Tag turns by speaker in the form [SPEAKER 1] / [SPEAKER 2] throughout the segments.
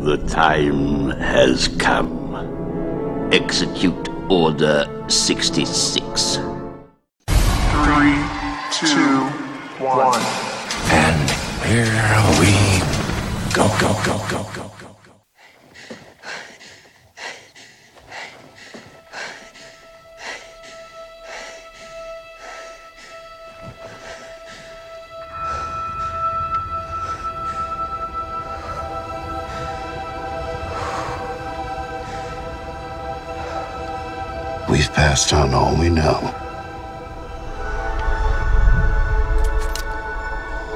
[SPEAKER 1] The time has come. Execute Order 66.
[SPEAKER 2] Three, two, one.
[SPEAKER 3] And here we go, go, go, go, go, go, go.
[SPEAKER 4] We've passed on all we know.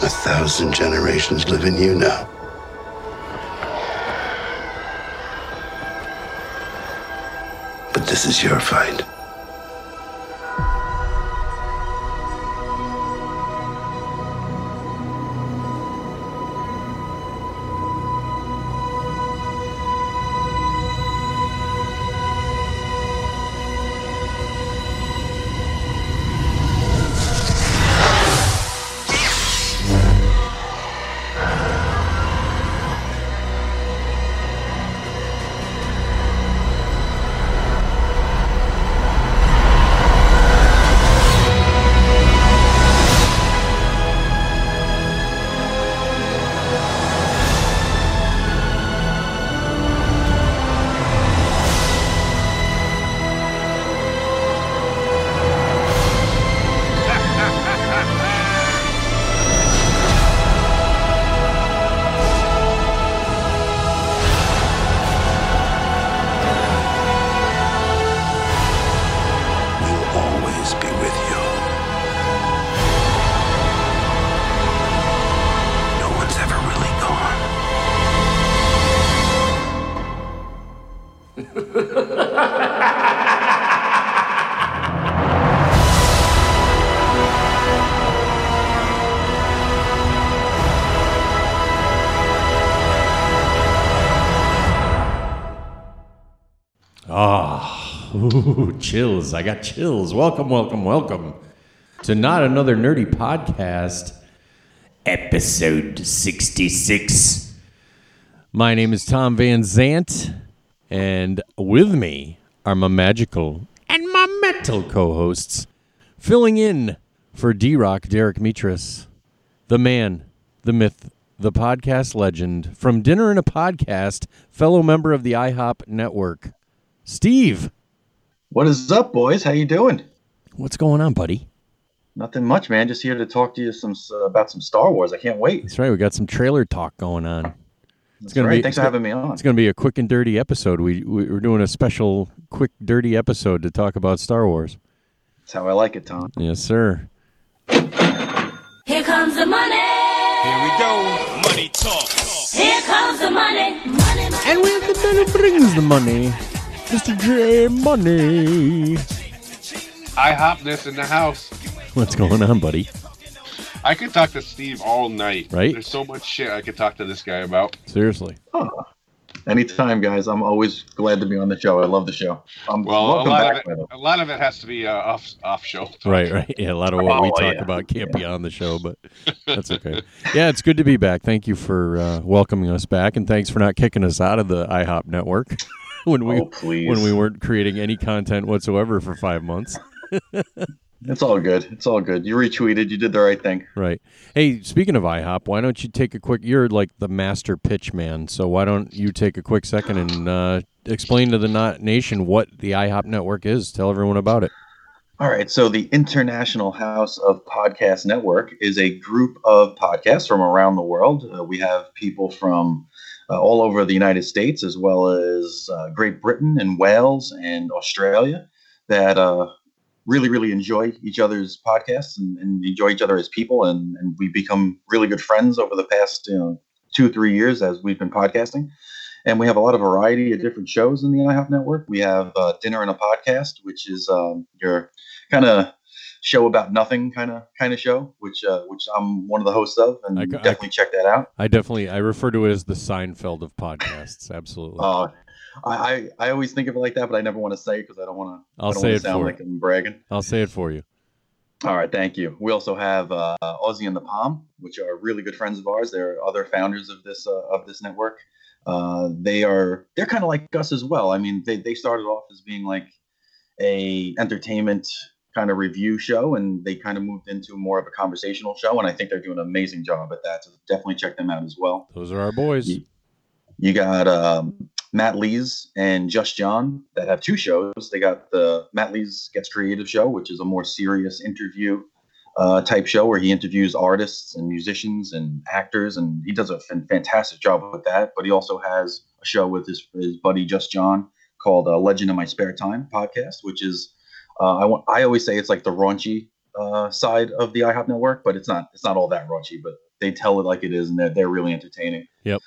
[SPEAKER 4] A thousand generations live in you now. But this is your fight. We'll always be with you. No one's ever really gone.
[SPEAKER 5] Ah, ooh, chills. I got chills. Welcome, welcome, welcome to Not Another Nerdy Podcast, episode 66. My name is Tom Van Zant, and with me are my magical and my metal co hosts, filling in for D Rock Derek Mitras, the man, the myth, the podcast legend, from Dinner and a Podcast, fellow member of the IHOP network. Steve,
[SPEAKER 6] What is up, boys? How you doing?
[SPEAKER 5] what's going on, buddy?
[SPEAKER 6] Nothing much, man. Just here to talk to you some uh, about some Star Wars. I can't wait.
[SPEAKER 5] That's right. We got some trailer talk going on. It's
[SPEAKER 6] All
[SPEAKER 5] gonna
[SPEAKER 6] right,
[SPEAKER 5] be
[SPEAKER 6] thanks for having me on.
[SPEAKER 5] it's gonna be a quick and dirty episode. We we- we're doing a special quick dirty episode to talk about Star Wars.
[SPEAKER 6] That's how I like it, Tom.
[SPEAKER 5] Yes, sir.
[SPEAKER 7] Here comes the money. Here we go. Money talk. Here comes the money. Money, money.
[SPEAKER 5] And with the money brings the money, Mr. J Money.
[SPEAKER 8] I hop this in the house.
[SPEAKER 5] What's going on, buddy?
[SPEAKER 8] I could talk to Steve all night.
[SPEAKER 5] Right.
[SPEAKER 8] There's so much shit I could talk to this guy about.
[SPEAKER 5] Seriously,
[SPEAKER 6] Anytime, guys. I'm always glad to be on the show. I love the show. I'm
[SPEAKER 8] Well,
[SPEAKER 6] welcome
[SPEAKER 8] a lot
[SPEAKER 6] back. by
[SPEAKER 8] of
[SPEAKER 6] the
[SPEAKER 8] it,
[SPEAKER 6] way.
[SPEAKER 8] a lot of it has to be uh, off off show.
[SPEAKER 5] right, right. Yeah, a lot of what we
[SPEAKER 6] Oh,
[SPEAKER 5] talk
[SPEAKER 6] yeah.
[SPEAKER 5] about can't be on the show, but that's okay. yeah, it's good to be back. Thank you for uh, welcoming us back, and thanks for not kicking us out of the IHOP network when we
[SPEAKER 6] oh, please.
[SPEAKER 5] when we weren't creating any content whatsoever for five months.
[SPEAKER 6] It's all good. It's all good. You retweeted. You did the right thing.
[SPEAKER 5] Right. Hey, speaking of IHOP, why don't you take a quick? You're like the master pitch man, so why don't you take a quick second and uh, explain to the not nation what the IHOP network is? Tell everyone about it.
[SPEAKER 6] All right. So, the International House of Podcast Network is a group of podcasts from around the world. Uh, we have people from uh, all over the United States, as well as uh, Great Britain and Wales and Australia, that uh, really, really enjoy each other's podcasts and, and enjoy each other as people. And, and we've become really good friends over the past you know, two, three years as we've been podcasting. And we have a lot of variety of different shows in the IHOP network. We have uh, Dinner and a Podcast, which is um, your kind of show about nothing kind of kind of show, which uh, which I'm one of the hosts of, and
[SPEAKER 5] I
[SPEAKER 6] you
[SPEAKER 5] ca- I
[SPEAKER 6] definitely check that out.
[SPEAKER 5] I definitely I refer to it as the Seinfeld of podcasts. Absolutely.
[SPEAKER 6] Uh, I, I I always think of it like that, but I never want to say it because I don't want to.
[SPEAKER 5] I'll
[SPEAKER 6] I don't
[SPEAKER 5] say
[SPEAKER 6] wanna
[SPEAKER 5] it
[SPEAKER 6] sound
[SPEAKER 5] for
[SPEAKER 6] like I'm bragging.
[SPEAKER 5] I'll say it for you.
[SPEAKER 6] All right, thank you. We also have uh, Aussie and the Palm, which are really good friends of ours. They're other founders of this uh, of this network. uh, they are they're kind of like us as well. I mean, they they started off as being like a entertainment kind of review show, and they kind of moved into more of a conversational show, and I think they're doing an amazing job at that. So definitely check them out as well.
[SPEAKER 5] Those are our boys.
[SPEAKER 6] Ye- You got um, Matt Lees and Just John that have two shows. They got the Matt Lees Gets Creative show, which is a more serious interview uh, type show where he interviews artists and musicians and actors, and he does a fan- fantastic job with that. But he also has a show with his, his buddy Just John called uh, Legend of My Spare Time podcast, which is uh, I want I always say it's like the raunchy uh, side of the IHOP network, but it's not it's not all that raunchy, but they tell it like it is, and they're, they're really entertaining.
[SPEAKER 5] Yep.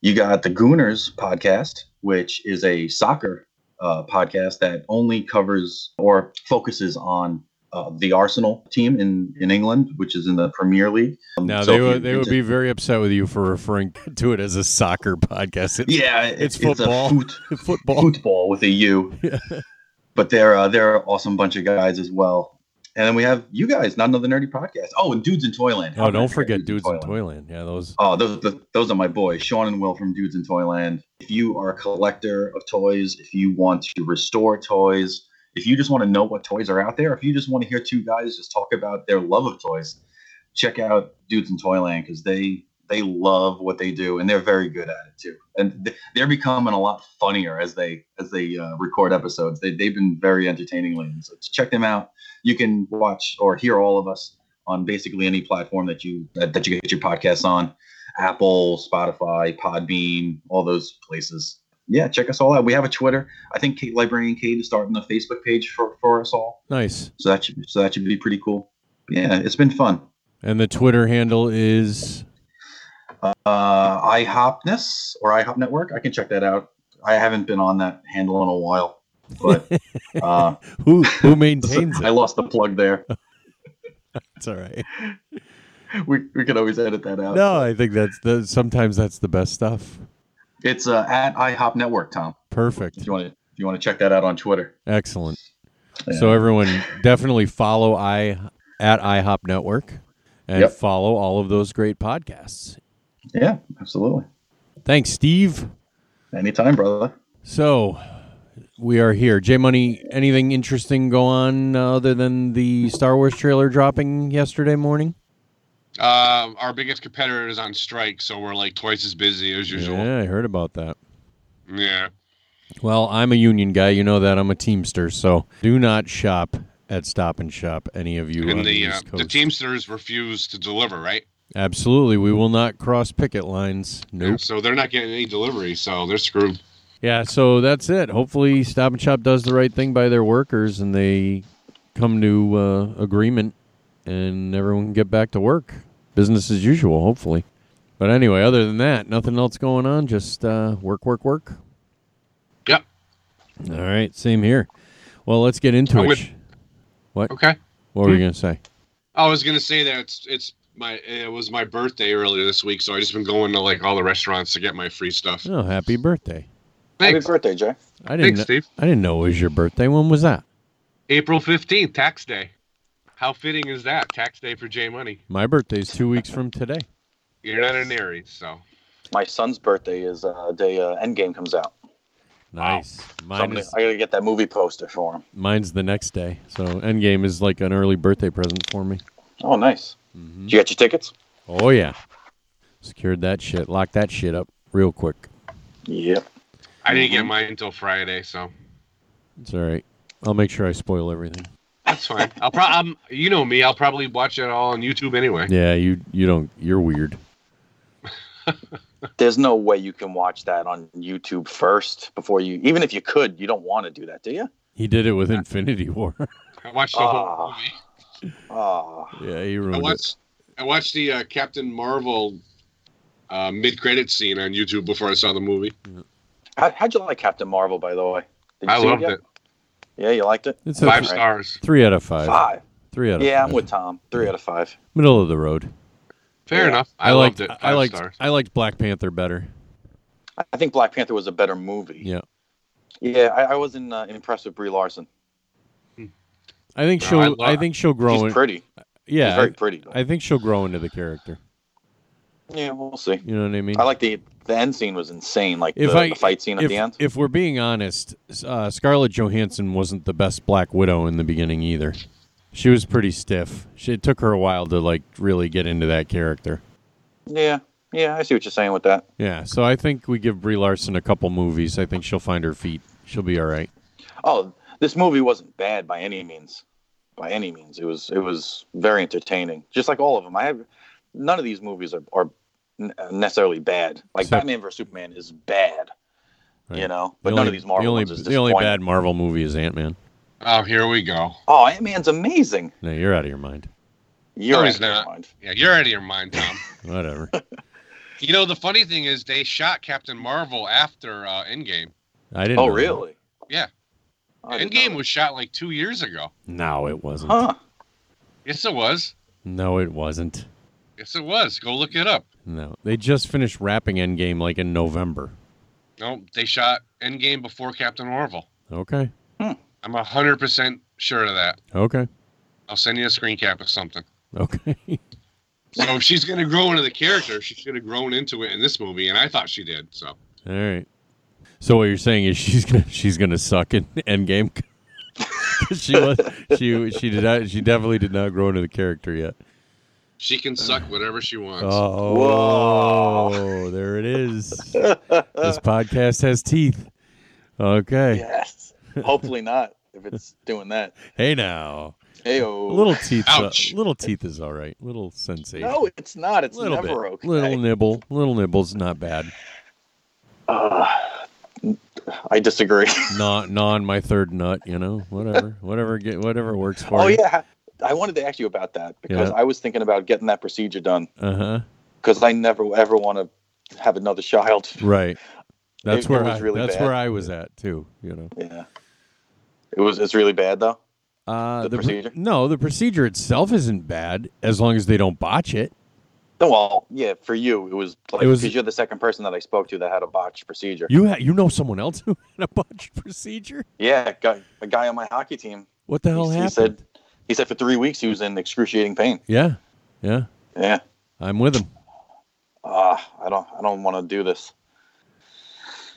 [SPEAKER 6] You got the Gooners podcast, which is a soccer uh, podcast that only covers or focuses on uh, the Arsenal team in, in England, which is in the Premier League. Um,
[SPEAKER 5] Now
[SPEAKER 6] so
[SPEAKER 5] they
[SPEAKER 6] if
[SPEAKER 5] would
[SPEAKER 6] you're
[SPEAKER 5] they would
[SPEAKER 6] into-
[SPEAKER 5] be very upset with you for referring to it as a soccer podcast. It's
[SPEAKER 6] yeah,
[SPEAKER 5] it's
[SPEAKER 6] a
[SPEAKER 5] football.
[SPEAKER 6] foot-
[SPEAKER 5] football. Oh,
[SPEAKER 6] football with a U. but they're uh, they're an awesome bunch of guys as well. And then we have you guys, not another nerdy podcast. Oh, and dudes in Toyland. How
[SPEAKER 5] Oh,
[SPEAKER 6] could I
[SPEAKER 5] don't forget dudes in
[SPEAKER 6] Toyland?
[SPEAKER 5] Toyland. Yeah, those.
[SPEAKER 6] Oh, those th- those are my boys, Sean and Will from Dudes in Toyland. If you are a collector of toys, if you want to restore toys, if you just want to know what toys are out there, if you just want to hear two guys just talk about their love of toys, check out Dudes in Toyland because they they love what they do and they're very good at it too. And th- they're becoming a lot funnier as they as they uh, record episodes. They they've been very entertaining lately. So check them out. You can watch or hear all of us on basically any platform that you that, that you get your podcasts on. Apple, Spotify, Podbean, all those places. Yeah, check us all out. We have a Twitter. I think Kate Librarian Kate is starting a Facebook page for, for us all.
[SPEAKER 5] Nice.
[SPEAKER 6] So that should so that should be pretty cool. Yeah, it's been fun.
[SPEAKER 5] And the Twitter handle is
[SPEAKER 6] Uh iHopness or iHop Network. I can check that out. I haven't been on that handle in a while. But uh,
[SPEAKER 5] who who maintains
[SPEAKER 6] I
[SPEAKER 5] it.
[SPEAKER 6] lost the plug there.
[SPEAKER 5] It's all right.
[SPEAKER 6] We, we can always edit that out.
[SPEAKER 5] No, I think that's the sometimes that's the best stuff.
[SPEAKER 6] It's uh, at iHop Network, Tom. If
[SPEAKER 5] Perfect.
[SPEAKER 6] you want to if you want to check that out on Twitter.
[SPEAKER 5] Excellent.
[SPEAKER 6] Yeah.
[SPEAKER 5] So everyone definitely follow I at IHOP Network and
[SPEAKER 6] Yep.
[SPEAKER 5] follow all of those great podcasts.
[SPEAKER 6] Yeah, absolutely.
[SPEAKER 5] Thanks, Steve.
[SPEAKER 6] Anytime, brother.
[SPEAKER 5] So we are here. J Money, anything interesting go on uh, other than the Star Wars trailer dropping yesterday morning?
[SPEAKER 8] Um, our biggest competitor is on strike, so we're like twice as busy as usual. Yeah.
[SPEAKER 5] Yeah, I heard about that. Well, I'm a union guy. You know that. I'm a Teamster. So do not shop at Stop and Shop, any of you. on
[SPEAKER 8] And the
[SPEAKER 5] the,
[SPEAKER 8] uh,
[SPEAKER 5] East
[SPEAKER 8] the
[SPEAKER 5] Coast.
[SPEAKER 8] Teamsters refuse to deliver, right?
[SPEAKER 5] Absolutely. We will not cross picket lines. Nope.
[SPEAKER 8] So they're not getting any delivery, so they're screwed.
[SPEAKER 5] Yeah, so that's it. Hopefully, Stop and Shop does the right thing by their workers and they come to uh, agreement and everyone can get back to work. Business as usual, hopefully. But anyway, other than that, nothing else going on. Just uh, work, work, work.
[SPEAKER 8] Yep.
[SPEAKER 5] All right, same here. Well, let's get into
[SPEAKER 8] I'm
[SPEAKER 5] it.
[SPEAKER 8] with- Hmm? Okay.
[SPEAKER 5] What were you going to say?
[SPEAKER 8] I was gonna say that it's it's my it was my birthday earlier this week, so I just been going to like all the restaurants to get my free stuff.
[SPEAKER 5] Oh, happy birthday.
[SPEAKER 8] Thanks,
[SPEAKER 6] Happy birthday, Jay.
[SPEAKER 5] I didn't kn-
[SPEAKER 8] thanks, Steve.
[SPEAKER 5] I didn't know it was your birthday. When was that?
[SPEAKER 8] April fifteenth, tax day. How fitting is that? Tax day for J Money.
[SPEAKER 5] My birthday's two weeks from today.
[SPEAKER 8] You're not an Aries, so
[SPEAKER 6] My son's birthday is uh, day uh, Endgame comes out.
[SPEAKER 5] Nice.
[SPEAKER 6] So I'm
[SPEAKER 5] Mine
[SPEAKER 6] gonna-
[SPEAKER 5] is,
[SPEAKER 6] I gotta get that movie poster for him.
[SPEAKER 5] mine's the next day. So Endgame is like an early birthday present for me.
[SPEAKER 6] Oh, nice.
[SPEAKER 5] Mm-hmm.
[SPEAKER 6] Did you get your tickets?
[SPEAKER 5] Oh yeah. Secured that shit. Locked that shit up real quick.
[SPEAKER 6] Yep.
[SPEAKER 8] I didn't get mine until Friday, so
[SPEAKER 5] It's all right. I'll make sure I spoil everything.
[SPEAKER 8] that's fine. I'll pro- I'm, you know me, I'll probably watch it all on YouTube anyway.
[SPEAKER 5] Yeah, you you don't you're weird.
[SPEAKER 6] There's no way you can watch that on YouTube first before you. Even if you could, you don't want to do that, do you?
[SPEAKER 5] He did it with Infinity War.
[SPEAKER 8] I watched the whole
[SPEAKER 6] Ah.
[SPEAKER 8] movie.
[SPEAKER 6] Oh,
[SPEAKER 5] yeah, he
[SPEAKER 8] I
[SPEAKER 5] ruined it.
[SPEAKER 8] watched I watched the uh, Captain Marvel uh, mid credit scene on YouTube before I saw the movie.
[SPEAKER 6] How, how'd you like Captain Marvel, by the way? Did you
[SPEAKER 8] I
[SPEAKER 6] see
[SPEAKER 8] loved
[SPEAKER 6] yet?
[SPEAKER 8] it.
[SPEAKER 6] Yeah, you liked it.
[SPEAKER 5] It's a
[SPEAKER 8] Five
[SPEAKER 5] th-
[SPEAKER 6] Right.
[SPEAKER 8] stars.
[SPEAKER 5] three out of five.
[SPEAKER 6] Five.
[SPEAKER 5] Three out of
[SPEAKER 6] Yeah,
[SPEAKER 5] five.
[SPEAKER 6] I'm with Tom. Three out of five.
[SPEAKER 5] Middle of the road.
[SPEAKER 8] Fair
[SPEAKER 6] Yeah.
[SPEAKER 8] enough. I,
[SPEAKER 5] liked
[SPEAKER 8] loved it. Five
[SPEAKER 5] I liked
[SPEAKER 8] stars.
[SPEAKER 5] I liked Black Panther better.
[SPEAKER 6] I- I think Black Panther was a better movie.
[SPEAKER 5] Yeah.
[SPEAKER 6] Yeah, I, I wasn't uh, impressed with Brie Larson.
[SPEAKER 5] I think
[SPEAKER 8] No,
[SPEAKER 5] she'll
[SPEAKER 8] I
[SPEAKER 5] I,
[SPEAKER 8] lo-
[SPEAKER 5] think she'll grow
[SPEAKER 6] She's
[SPEAKER 5] in,
[SPEAKER 6] pretty.
[SPEAKER 5] yeah.
[SPEAKER 6] She's very pretty.
[SPEAKER 5] I think she'll grow into the character.
[SPEAKER 6] Yeah, we'll see.
[SPEAKER 5] You know what I mean?
[SPEAKER 6] I like the the end scene was insane. Like
[SPEAKER 5] If
[SPEAKER 6] the,
[SPEAKER 5] I-
[SPEAKER 6] the fight scene at
[SPEAKER 5] if,
[SPEAKER 6] the end.
[SPEAKER 5] if we're being honest, uh, Scarlett Johansson wasn't the best Black Widow in the beginning either. She was pretty stiff. She, it took her a while to like really get into that character.
[SPEAKER 6] yeah, yeah, I see what you're saying with that.
[SPEAKER 5] Yeah, so I think we give Brie Larson a couple movies. I think she'll find her feet. She'll be all right.
[SPEAKER 6] Oh, this movie wasn't bad by any means. By any means, it was it was very entertaining. Just like all of them, I have none of these movies are, are n- necessarily bad. Like
[SPEAKER 5] Except-
[SPEAKER 6] Batman vs Superman is bad, you
[SPEAKER 5] Right.
[SPEAKER 6] know.
[SPEAKER 5] The
[SPEAKER 6] But none
[SPEAKER 5] only-
[SPEAKER 6] of these Marvel
[SPEAKER 5] the only,
[SPEAKER 6] ones is
[SPEAKER 5] the only
[SPEAKER 6] disappointing.
[SPEAKER 5] bad Marvel movie is Ant Man.
[SPEAKER 8] Oh, here we go.
[SPEAKER 6] Oh, Ant Man's amazing.
[SPEAKER 5] No, you're out of your mind.
[SPEAKER 6] You're
[SPEAKER 8] No,
[SPEAKER 6] out
[SPEAKER 8] he's
[SPEAKER 6] of your
[SPEAKER 8] not.
[SPEAKER 6] mind.
[SPEAKER 8] Yeah, you're out of your mind, Tom.
[SPEAKER 5] Whatever.
[SPEAKER 8] you know the funny thing is they shot Captain Marvel after uh, Endgame.
[SPEAKER 5] I didn't.
[SPEAKER 6] Oh,
[SPEAKER 5] know that.
[SPEAKER 6] really?
[SPEAKER 8] Yeah.
[SPEAKER 6] I didn't
[SPEAKER 8] Endgame
[SPEAKER 6] know
[SPEAKER 8] was shot like two years ago.
[SPEAKER 5] No, it wasn't.
[SPEAKER 6] that. Huh.
[SPEAKER 8] Yes, it was.
[SPEAKER 5] No, it wasn't.
[SPEAKER 8] Yes, it was. Go look it up.
[SPEAKER 5] No, they just finished wrapping Endgame like in November.
[SPEAKER 8] No, they shot Endgame before Captain Marvel.
[SPEAKER 5] Okay.
[SPEAKER 8] I'm hundred percent sure of that.
[SPEAKER 5] Okay.
[SPEAKER 8] I'll send you a screen cap of something.
[SPEAKER 5] Okay.
[SPEAKER 8] So she's gonna grow into the character. She should have grown into it in this movie, and I thought she did. So
[SPEAKER 5] All right. So what you're saying is she's gonna she's gonna suck in Endgame. 'Cause she was she she did not, she definitely did not grow into the character yet.
[SPEAKER 8] she can suck whatever she wants.
[SPEAKER 5] Oh, there it is. this podcast has teeth. Okay.
[SPEAKER 6] Yes. Hopefully not. If it's doing that.
[SPEAKER 5] Hey now,
[SPEAKER 6] Hey,
[SPEAKER 5] little teeth. uh,
[SPEAKER 8] Ouch.
[SPEAKER 5] little teeth is all right. Little sensation.
[SPEAKER 6] No, it's not. It's
[SPEAKER 5] little
[SPEAKER 6] never
[SPEAKER 5] bit.
[SPEAKER 6] okay.
[SPEAKER 5] Little nibble. Little nibble's not bad.
[SPEAKER 6] I disagree. Oh,
[SPEAKER 5] Not non my third nut. You know, whatever, whatever, get whatever works for.
[SPEAKER 6] oh
[SPEAKER 5] you.
[SPEAKER 6] yeah, I wanted to ask you about that because
[SPEAKER 5] Yeah.
[SPEAKER 6] I was thinking about getting that procedure done
[SPEAKER 5] Uh huh.
[SPEAKER 6] because I never ever want to have another child.
[SPEAKER 5] Right. That's
[SPEAKER 6] It- it
[SPEAKER 5] where
[SPEAKER 6] was
[SPEAKER 5] I,
[SPEAKER 6] really
[SPEAKER 5] that's
[SPEAKER 6] bad.
[SPEAKER 5] where I was at too. You know,
[SPEAKER 6] Yeah. It was. It's really bad though.
[SPEAKER 5] uh, pr-
[SPEAKER 6] The procedure?
[SPEAKER 5] no, the procedure itself isn't bad as long as they don't botch it.
[SPEAKER 6] No, well, yeah, for you it was like
[SPEAKER 5] It was-
[SPEAKER 6] because you're the second person that I spoke to that had a botched procedure.
[SPEAKER 5] You ha- you know someone else who had a botched procedure.
[SPEAKER 6] yeah, a guy, a guy on my hockey team.
[SPEAKER 5] What the hell
[SPEAKER 6] he,
[SPEAKER 5] happened?
[SPEAKER 6] he said he said for three weeks he was in excruciating pain.
[SPEAKER 5] yeah, yeah.
[SPEAKER 6] Yeah.
[SPEAKER 5] I'm with him.
[SPEAKER 6] Ah, I don't. I don't want to do this.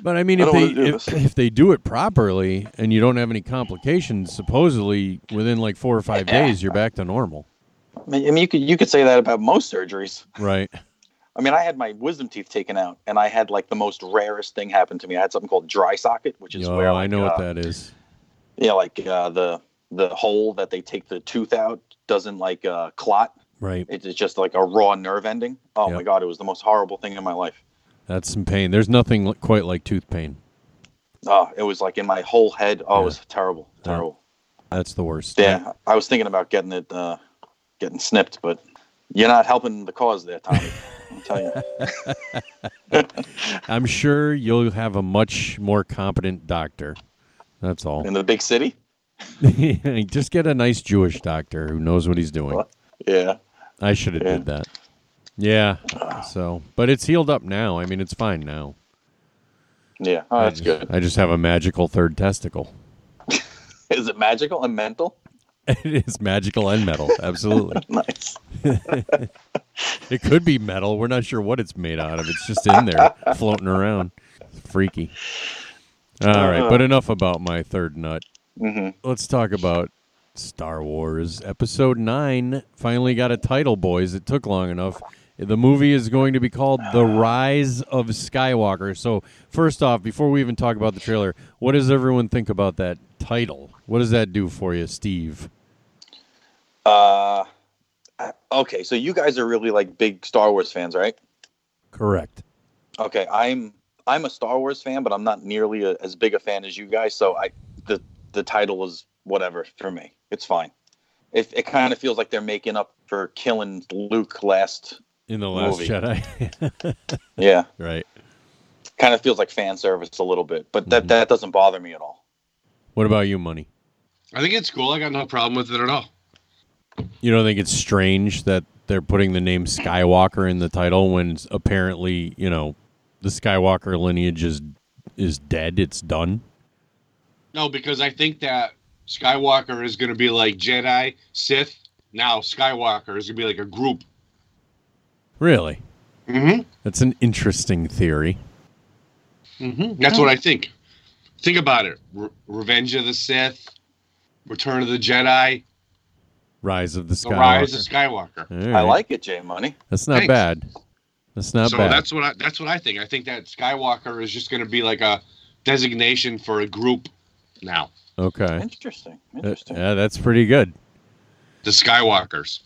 [SPEAKER 5] But I mean,
[SPEAKER 6] I
[SPEAKER 5] if
[SPEAKER 6] don't
[SPEAKER 5] they
[SPEAKER 6] wanna do
[SPEAKER 5] if,
[SPEAKER 6] this.
[SPEAKER 5] if they do it properly and you don't have any complications, supposedly within like four or five days you're back to normal,
[SPEAKER 6] I mean, I mean, you could you could say that about most surgeries.
[SPEAKER 5] right?
[SPEAKER 6] I mean, I had my wisdom teeth taken out, and I had like the most rarest thing happen to me. I had something called dry socket, which is
[SPEAKER 5] Yo,
[SPEAKER 6] where
[SPEAKER 5] I
[SPEAKER 6] like,
[SPEAKER 5] know
[SPEAKER 6] uh,
[SPEAKER 5] what that is.
[SPEAKER 6] Yeah, like uh, the the hole that they take the tooth out doesn't like uh, clot.
[SPEAKER 5] Right.
[SPEAKER 6] It's just like a raw nerve ending. Oh my
[SPEAKER 5] Yep.
[SPEAKER 6] god, it was the most horrible thing in my life.
[SPEAKER 5] That's some pain. There's nothing li- quite like tooth pain.
[SPEAKER 6] Oh, it was like in my whole head. Oh,
[SPEAKER 5] Yeah.
[SPEAKER 6] it was terrible,
[SPEAKER 5] Yeah.
[SPEAKER 6] terrible.
[SPEAKER 5] That's the worst.
[SPEAKER 6] Yeah, I was thinking about getting it, uh, getting snipped, but you're not helping the cause there, Tommy. I'm telling you.
[SPEAKER 5] I'm sure you'll have a much more competent doctor. That's all.
[SPEAKER 6] In the big city.
[SPEAKER 5] Just get a nice Jewish doctor who knows what he's doing.
[SPEAKER 6] Yeah.
[SPEAKER 5] I should have
[SPEAKER 6] Yeah.
[SPEAKER 5] did that. Yeah. So, but it's healed up now. I mean, it's fine now.
[SPEAKER 6] Yeah. Oh, that's
[SPEAKER 5] I
[SPEAKER 6] good.
[SPEAKER 5] just- I just have a magical third testicle.
[SPEAKER 6] Is it magical and mental?
[SPEAKER 5] It is magical and metal. Absolutely.
[SPEAKER 6] Nice.
[SPEAKER 5] it could be metal. We're not sure what it's made out of. It's just in there floating around. Freaky. All right, but enough about my third nut. Let's talk about Star Wars Episode 9. Finally got a title, boys. It took long enough. The movie is going to be called The Rise of Skywalker. So, first off, before we even talk about the trailer, what does everyone think about that title? What does that do for you, Steve?
[SPEAKER 6] Uh, I- okay, so you guys are really like big Star Wars fans, right?
[SPEAKER 5] Correct.
[SPEAKER 6] Okay, I'm I'm a Star Wars fan, but I'm not nearly a, as big a fan as you guys. So I the the title is whatever for me. It's fine. It it kind of feels like they're making up for killing Luke last.
[SPEAKER 5] In The Last
[SPEAKER 6] Movie.
[SPEAKER 5] Jedi.
[SPEAKER 6] Yeah,
[SPEAKER 5] right.
[SPEAKER 6] kind of feels like fan service a little bit, but
[SPEAKER 5] Mm-hmm.
[SPEAKER 6] that that doesn't bother me at all.
[SPEAKER 5] What about you, Money?
[SPEAKER 8] I think it's cool. I got no problem with it at all.
[SPEAKER 5] You don't think it's strange that they're putting the name Skywalker in the title when it's apparently, you know, the Skywalker lineage is is dead, it's done?
[SPEAKER 8] No, because I think that Skywalker is going to be like Jedi, Sith. Now Skywalker is going to be like a group.
[SPEAKER 5] Really?
[SPEAKER 8] Mm-hmm.
[SPEAKER 5] That's an interesting theory.
[SPEAKER 8] Mm-hmm. That's what I think. Think about it: Re- Revenge of the Sith, Return of the Jedi,
[SPEAKER 5] Rise of the Skywalker.
[SPEAKER 8] The Rise of Skywalker.
[SPEAKER 5] All right.
[SPEAKER 6] I like it, Jay Money.
[SPEAKER 5] That's not
[SPEAKER 8] Thanks.
[SPEAKER 5] bad. That's not
[SPEAKER 8] so
[SPEAKER 5] bad.
[SPEAKER 8] that's what I, that's what I think. I think that Skywalker is just going to be like a designation for a group now.
[SPEAKER 5] okay.
[SPEAKER 6] Interesting.
[SPEAKER 5] That-
[SPEAKER 6] Interesting.
[SPEAKER 5] Uh, yeah, that's pretty good.
[SPEAKER 8] The Skywalkers.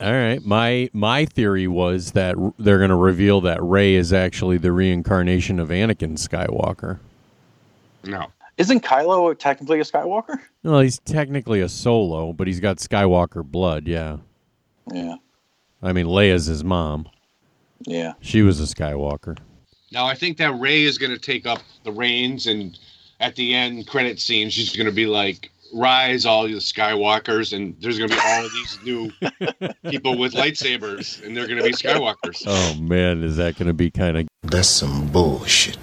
[SPEAKER 5] All right. My my theory was that r- they're going to reveal that Ray is actually the reincarnation of Anakin Skywalker.
[SPEAKER 8] No.
[SPEAKER 6] Isn't Kylo technically a Skywalker?
[SPEAKER 5] Well, he's technically a solo, but he's got Skywalker blood. Yeah.
[SPEAKER 6] Yeah.
[SPEAKER 5] I mean, Leia's his mom.
[SPEAKER 6] Yeah.
[SPEAKER 5] She was a Skywalker.
[SPEAKER 8] Now I think that Ray is going to take up the reins, and at the end credit scene, she's going to be like, "Rise, all you Skywalkers!" And there's going to be all these new people with lightsabers, and they're going to be Skywalkers.
[SPEAKER 5] Oh man, is that going to be kind of
[SPEAKER 3] That's some bullshit.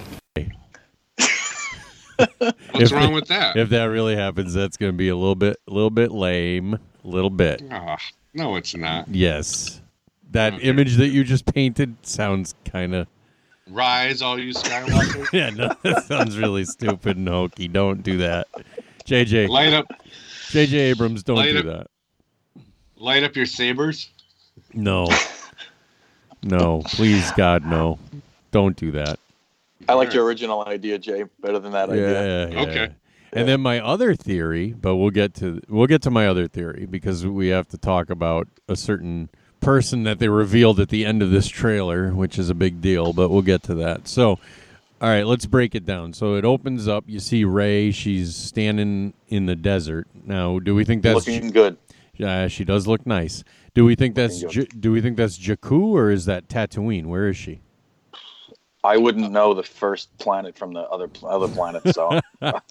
[SPEAKER 8] What's
[SPEAKER 5] if-
[SPEAKER 8] wrong with that?
[SPEAKER 5] if that really happens, that's going to be a little bit, a little bit lame, a little bit.
[SPEAKER 8] Ah, no, it's not.
[SPEAKER 5] Yes, that image that you just painted sounds kind of
[SPEAKER 8] Rise, all you Skywalkers!
[SPEAKER 5] yeah, no, that sounds really stupid and hokey. Don't do that, JJ.
[SPEAKER 8] light up,
[SPEAKER 5] JJ Abrams, don't
[SPEAKER 8] Light
[SPEAKER 5] do
[SPEAKER 8] up.
[SPEAKER 5] that.
[SPEAKER 8] light up your sabers.
[SPEAKER 5] No, no, please, God, no, don't do that.
[SPEAKER 6] I like your original idea, Jay, better than that
[SPEAKER 5] yeah,
[SPEAKER 6] idea.
[SPEAKER 5] yeah.
[SPEAKER 8] Okay.
[SPEAKER 5] And then my other theory, but we'll get to we'll get to my other theory because we have to talk about a certain person that they revealed at the end of this trailer, which is a big deal, but we'll get to that. So, all right, let's break it down. So it opens up, you see Ray, she's standing in the desert. Now, do we think that's
[SPEAKER 6] Looking good.
[SPEAKER 5] uh, she does look nice. Do we think that's
[SPEAKER 6] Looking
[SPEAKER 5] J- do we think that's Jakku or is that Tatooine? Where is she?
[SPEAKER 6] I wouldn't know the first planet from the other pl- other planet, so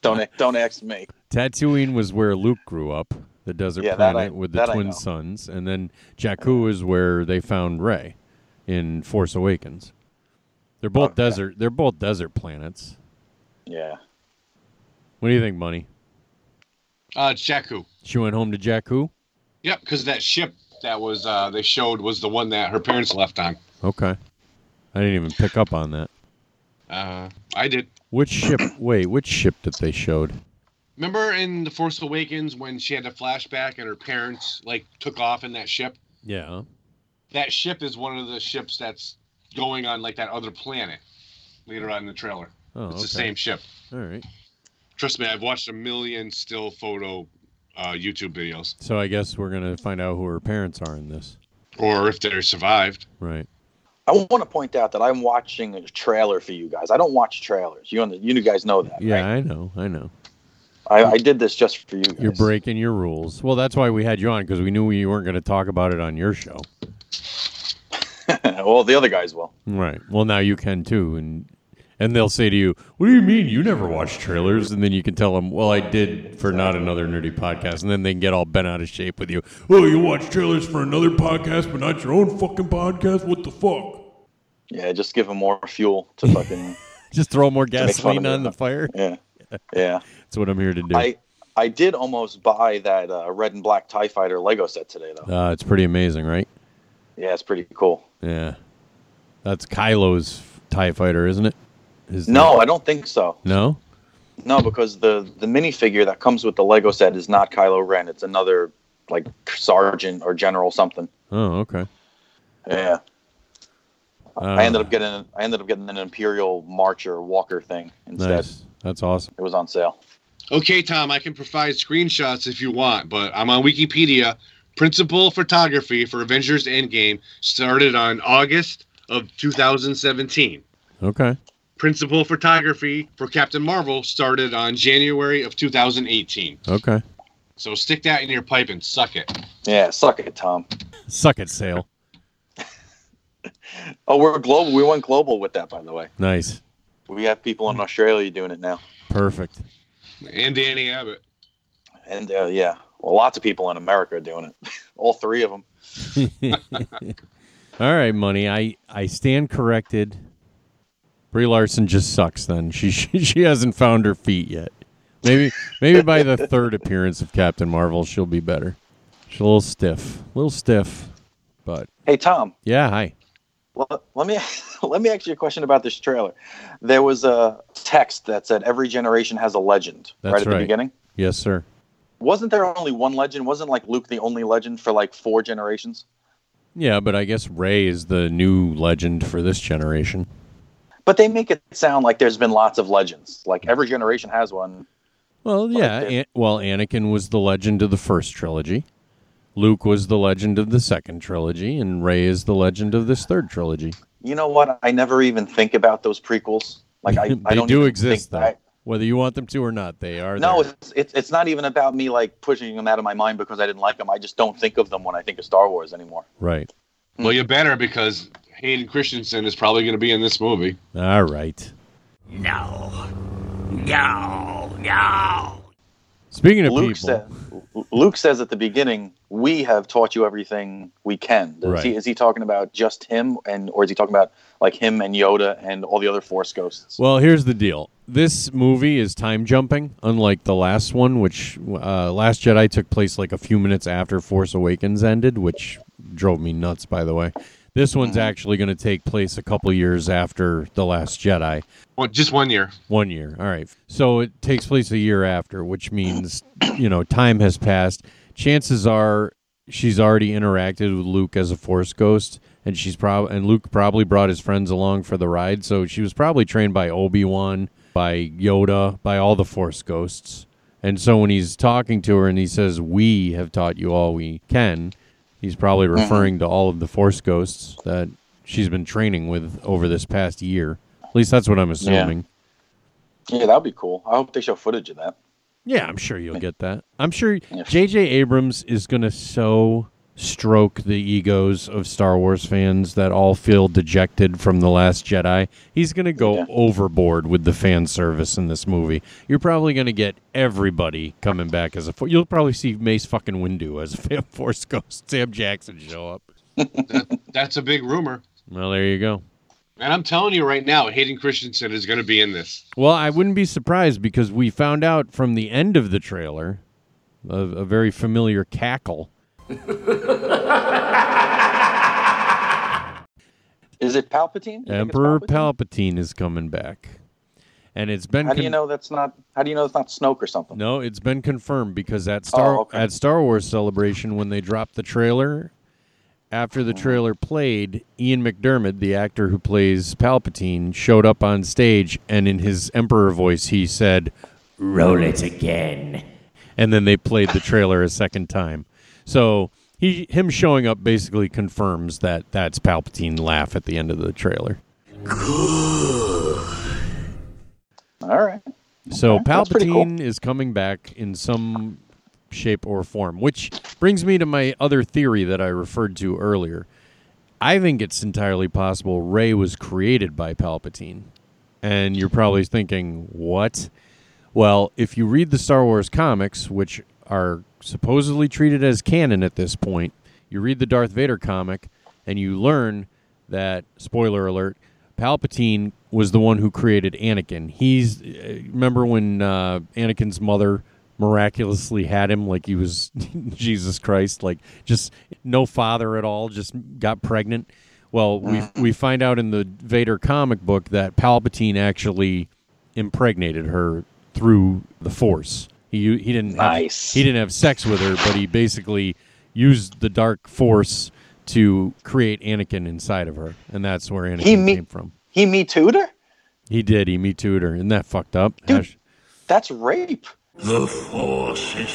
[SPEAKER 6] don't don't ask me.
[SPEAKER 5] Tatooine was where Luke grew up, the desert
[SPEAKER 6] Yeah, that
[SPEAKER 5] planet
[SPEAKER 6] I-
[SPEAKER 5] with the
[SPEAKER 6] that I
[SPEAKER 5] twin
[SPEAKER 6] know.
[SPEAKER 5] sons, and then Jakku is where they found Rey in Force Awakens. They're both
[SPEAKER 6] Okay.
[SPEAKER 5] desert. They're both desert planets.
[SPEAKER 6] Yeah.
[SPEAKER 5] What do you think, Money?
[SPEAKER 8] Uh, it's Jakku.
[SPEAKER 5] She went home to Jakku.
[SPEAKER 8] Yep, because that ship that was uh, they showed was the one that her parents left on.
[SPEAKER 5] Okay, I didn't even pick up on that. Uh-huh.
[SPEAKER 8] Uh, I did.
[SPEAKER 5] Which ship? Wait, which ship that they showed?
[SPEAKER 8] Remember in The Force Awakens when she had the flashback and her parents like took off in that ship?
[SPEAKER 5] Yeah.
[SPEAKER 8] That ship is one of the ships that's going on like that other planet later on in the trailer.
[SPEAKER 5] Oh,
[SPEAKER 8] it's
[SPEAKER 5] okay.
[SPEAKER 8] the same ship.
[SPEAKER 5] All right.
[SPEAKER 8] Trust me, I've watched a million still photo uh, YouTube videos.
[SPEAKER 5] So I guess we're gonna find out who her parents are in this,
[SPEAKER 8] Or if they're survived.
[SPEAKER 5] right?
[SPEAKER 6] I want to point out that I'm watching a trailer for you guys. I don't watch trailers. You and you guys know that,
[SPEAKER 5] Yeah,
[SPEAKER 6] right?
[SPEAKER 5] I know. I know.
[SPEAKER 6] I, I did this just for you guys.
[SPEAKER 5] You're breaking your rules. Well, that's why we had you on because we knew you weren't going to talk about it on your show.
[SPEAKER 6] well, the other guys will.
[SPEAKER 5] Right. Well, now you can too, and and they'll say to you, "What do you mean you never watch trailers?" And then you can tell them, "Well, I did for not another nerdy podcast," and then they can get all bent out of shape with you. Oh, you watch trailers for another podcast, but not your own fucking podcast. What the fuck?
[SPEAKER 6] Yeah, just give them more fuel to fucking
[SPEAKER 5] Just throw more
[SPEAKER 6] make fun of
[SPEAKER 5] gasoline
[SPEAKER 6] me.
[SPEAKER 5] on the fire.
[SPEAKER 6] yeah, yeah.
[SPEAKER 5] That's what I'm here to do.
[SPEAKER 6] I I did almost buy that uh, red and black Tie Fighter Lego set today though.
[SPEAKER 5] uh, it's pretty amazing, right?
[SPEAKER 6] Yeah, it's pretty cool.
[SPEAKER 5] Yeah. That's Kylo's Tie Fighter, isn't it? Is
[SPEAKER 6] No, I don't think so.
[SPEAKER 5] No.
[SPEAKER 6] No, because the the minifigure that comes with the Lego set is not Kylo Ren. It's another like sergeant or general something.
[SPEAKER 5] Oh, okay.
[SPEAKER 6] Yeah,
[SPEAKER 5] Uh,
[SPEAKER 6] I ended up getting I ended up getting an Imperial Marcher Walker thing instead.
[SPEAKER 5] Nice. That's awesome.
[SPEAKER 6] It was on sale.
[SPEAKER 8] Okay, Tom, I can provide screenshots if you want, but I'm on Wikipedia. Principal photography for Avengers Endgame started on August of 2017.
[SPEAKER 5] Okay.
[SPEAKER 8] Principal photography for Captain Marvel started on January of 2018.
[SPEAKER 5] Okay.
[SPEAKER 8] So stick that in your pipe and suck it.
[SPEAKER 6] Yeah, suck it, Tom.
[SPEAKER 5] Suck it, sale.
[SPEAKER 6] Oh, we're global. We went global with that, by the way.
[SPEAKER 5] Nice.
[SPEAKER 6] We have people
[SPEAKER 5] Hmm.
[SPEAKER 6] in Australia doing it now,
[SPEAKER 5] Perfect.
[SPEAKER 8] And Danny Abbott.
[SPEAKER 6] and uh, yeah, well, lots of people in America are doing it. All three of them.
[SPEAKER 5] All right, money. I I stand corrected. Brie Larson just sucks. Then she she, she hasn't found her feet yet. Maybe maybe by the third appearance of Captain Marvel, she'll be better. She's a little stiff, a little stiff, but
[SPEAKER 6] Hey, Tom,
[SPEAKER 5] yeah. Hi.
[SPEAKER 6] Well, let me let me ask you a question about this trailer. There was a text that said every generation has a legend
[SPEAKER 5] That's
[SPEAKER 6] right at
[SPEAKER 5] right.
[SPEAKER 6] the beginning.
[SPEAKER 5] Yes, sir.
[SPEAKER 6] Wasn't there only one legend? Wasn't like Luke the only legend for like four generations?
[SPEAKER 5] Yeah, but I guess Ray is the new legend for this generation.
[SPEAKER 6] But they make it sound like there's been lots of legends. Like every generation has one.
[SPEAKER 5] Well, yeah.
[SPEAKER 6] they-
[SPEAKER 5] An- well, Anakin was the legend of the first trilogy. Luke was the legend of the second trilogy, and Ray is the legend of this third trilogy.
[SPEAKER 6] You know what? I never even think about those prequels. Like I,
[SPEAKER 5] they
[SPEAKER 6] I don't
[SPEAKER 5] do
[SPEAKER 6] even
[SPEAKER 5] exist,
[SPEAKER 6] think-
[SPEAKER 5] though,
[SPEAKER 6] I-
[SPEAKER 5] whether you want them to or not. They are.
[SPEAKER 6] no,
[SPEAKER 5] there.
[SPEAKER 6] it's, it's it's not even about me like pushing them out of my mind because I didn't like them. I just don't think of them when I think of Star Wars anymore.
[SPEAKER 5] right.
[SPEAKER 8] Well, you better because Hayden Christensen is probably going to be in this movie.
[SPEAKER 5] All right.
[SPEAKER 9] No. No. No.
[SPEAKER 5] Speaking of
[SPEAKER 6] Luke
[SPEAKER 5] people,
[SPEAKER 6] says, Luke says at the beginning, "We have taught you everything we can." Is,
[SPEAKER 5] Right.
[SPEAKER 6] he, is he talking about just him, and or is he talking about like him and Yoda and all the other Force ghosts?
[SPEAKER 5] Well, here's the deal. This movie is time jumping, unlike the last one, which uh, Last Jedi took place like a few minutes after Force Awakens ended, which drove me nuts, by the way. This one's actually going to take place a couple years after The Last Jedi.
[SPEAKER 8] Well, just one year.
[SPEAKER 5] One year. All right. So it takes place a year after, which means, you know, time has passed. Chances are she's already interacted with Luke as a force ghost and she's probably and Luke probably brought his friends along for the ride, so she was probably trained by Obi-Wan, by Yoda, by all the force ghosts. And so when he's talking to her and he says, "We have taught you all we can," he's probably referring to all of the force ghosts that she's been training with over this past year. At least that's what I'm assuming.
[SPEAKER 6] Yeah, that'd be cool. I hope they show footage of that.
[SPEAKER 5] Yeah, I'm sure you'll get that. I'm sure
[SPEAKER 6] Yeah.
[SPEAKER 5] J.J. Abrams is going to so stroke the egos of Star Wars fans that all feel dejected from The Last Jedi. He's going to go
[SPEAKER 6] Yeah.
[SPEAKER 5] overboard with the fan service in this movie. You're probably going to get everybody coming back as a. Fo- You'll probably see Mace fucking Windu as a fan force ghost. Sam Jackson show up.
[SPEAKER 8] That's a big rumor.
[SPEAKER 5] Well, there you go.
[SPEAKER 8] And I'm telling you right now, Hayden Christensen is going to be in this.
[SPEAKER 5] Well, I wouldn't be surprised because we found out from the end of the trailer, a, a very familiar cackle.
[SPEAKER 6] Is it Palpatine? Do you think it's
[SPEAKER 5] Emperor
[SPEAKER 6] Palpatine?
[SPEAKER 5] Palpatine is coming back, and it's been
[SPEAKER 6] How do you
[SPEAKER 5] con-
[SPEAKER 6] know that's not? How do you know it's not Snoke or something?
[SPEAKER 5] no, it's been confirmed because at Star
[SPEAKER 6] Oh, okay.
[SPEAKER 5] at Star Wars Celebration when they dropped the trailer, after
[SPEAKER 6] Mm-hmm.
[SPEAKER 5] the trailer played, Ian McDermott, the actor who plays Palpatine, showed up on stage and in his Emperor voice he said, "Roll it again," and then they played the trailer a second time. So. He, him showing up basically confirms that that's Palpatine laugh at the end of the trailer.
[SPEAKER 6] All right.
[SPEAKER 5] So
[SPEAKER 6] that's pretty cool.
[SPEAKER 5] Palpatine is coming back in some shape or form, which brings me to my other theory that I referred to earlier. I think it's entirely possible Ray was created by Palpatine. And you're probably thinking, what? Well, if you read the Star Wars comics, which are supposedly treated as canon at this point, you read the Darth Vader comic and you learn that, spoiler alert, Palpatine was the one who created Anakin. He's, uh, remember when uh, Anakin's mother miraculously had him like he was Jesus Christ, like just no father at all, just got pregnant? Well, we, we find out in the Vader comic book that Palpatine actually impregnated her through the force. He he didn't
[SPEAKER 6] Nice.
[SPEAKER 5] have, he didn't have sex with her, but he basically used the dark force to create Anakin inside of her, and that's where Anakin
[SPEAKER 6] He me-
[SPEAKER 5] came from.
[SPEAKER 6] He me tutor?
[SPEAKER 5] He did. He me too'd her, and that fucked up.
[SPEAKER 6] Dude.
[SPEAKER 5] Ash-
[SPEAKER 6] That's rape.
[SPEAKER 9] The Force is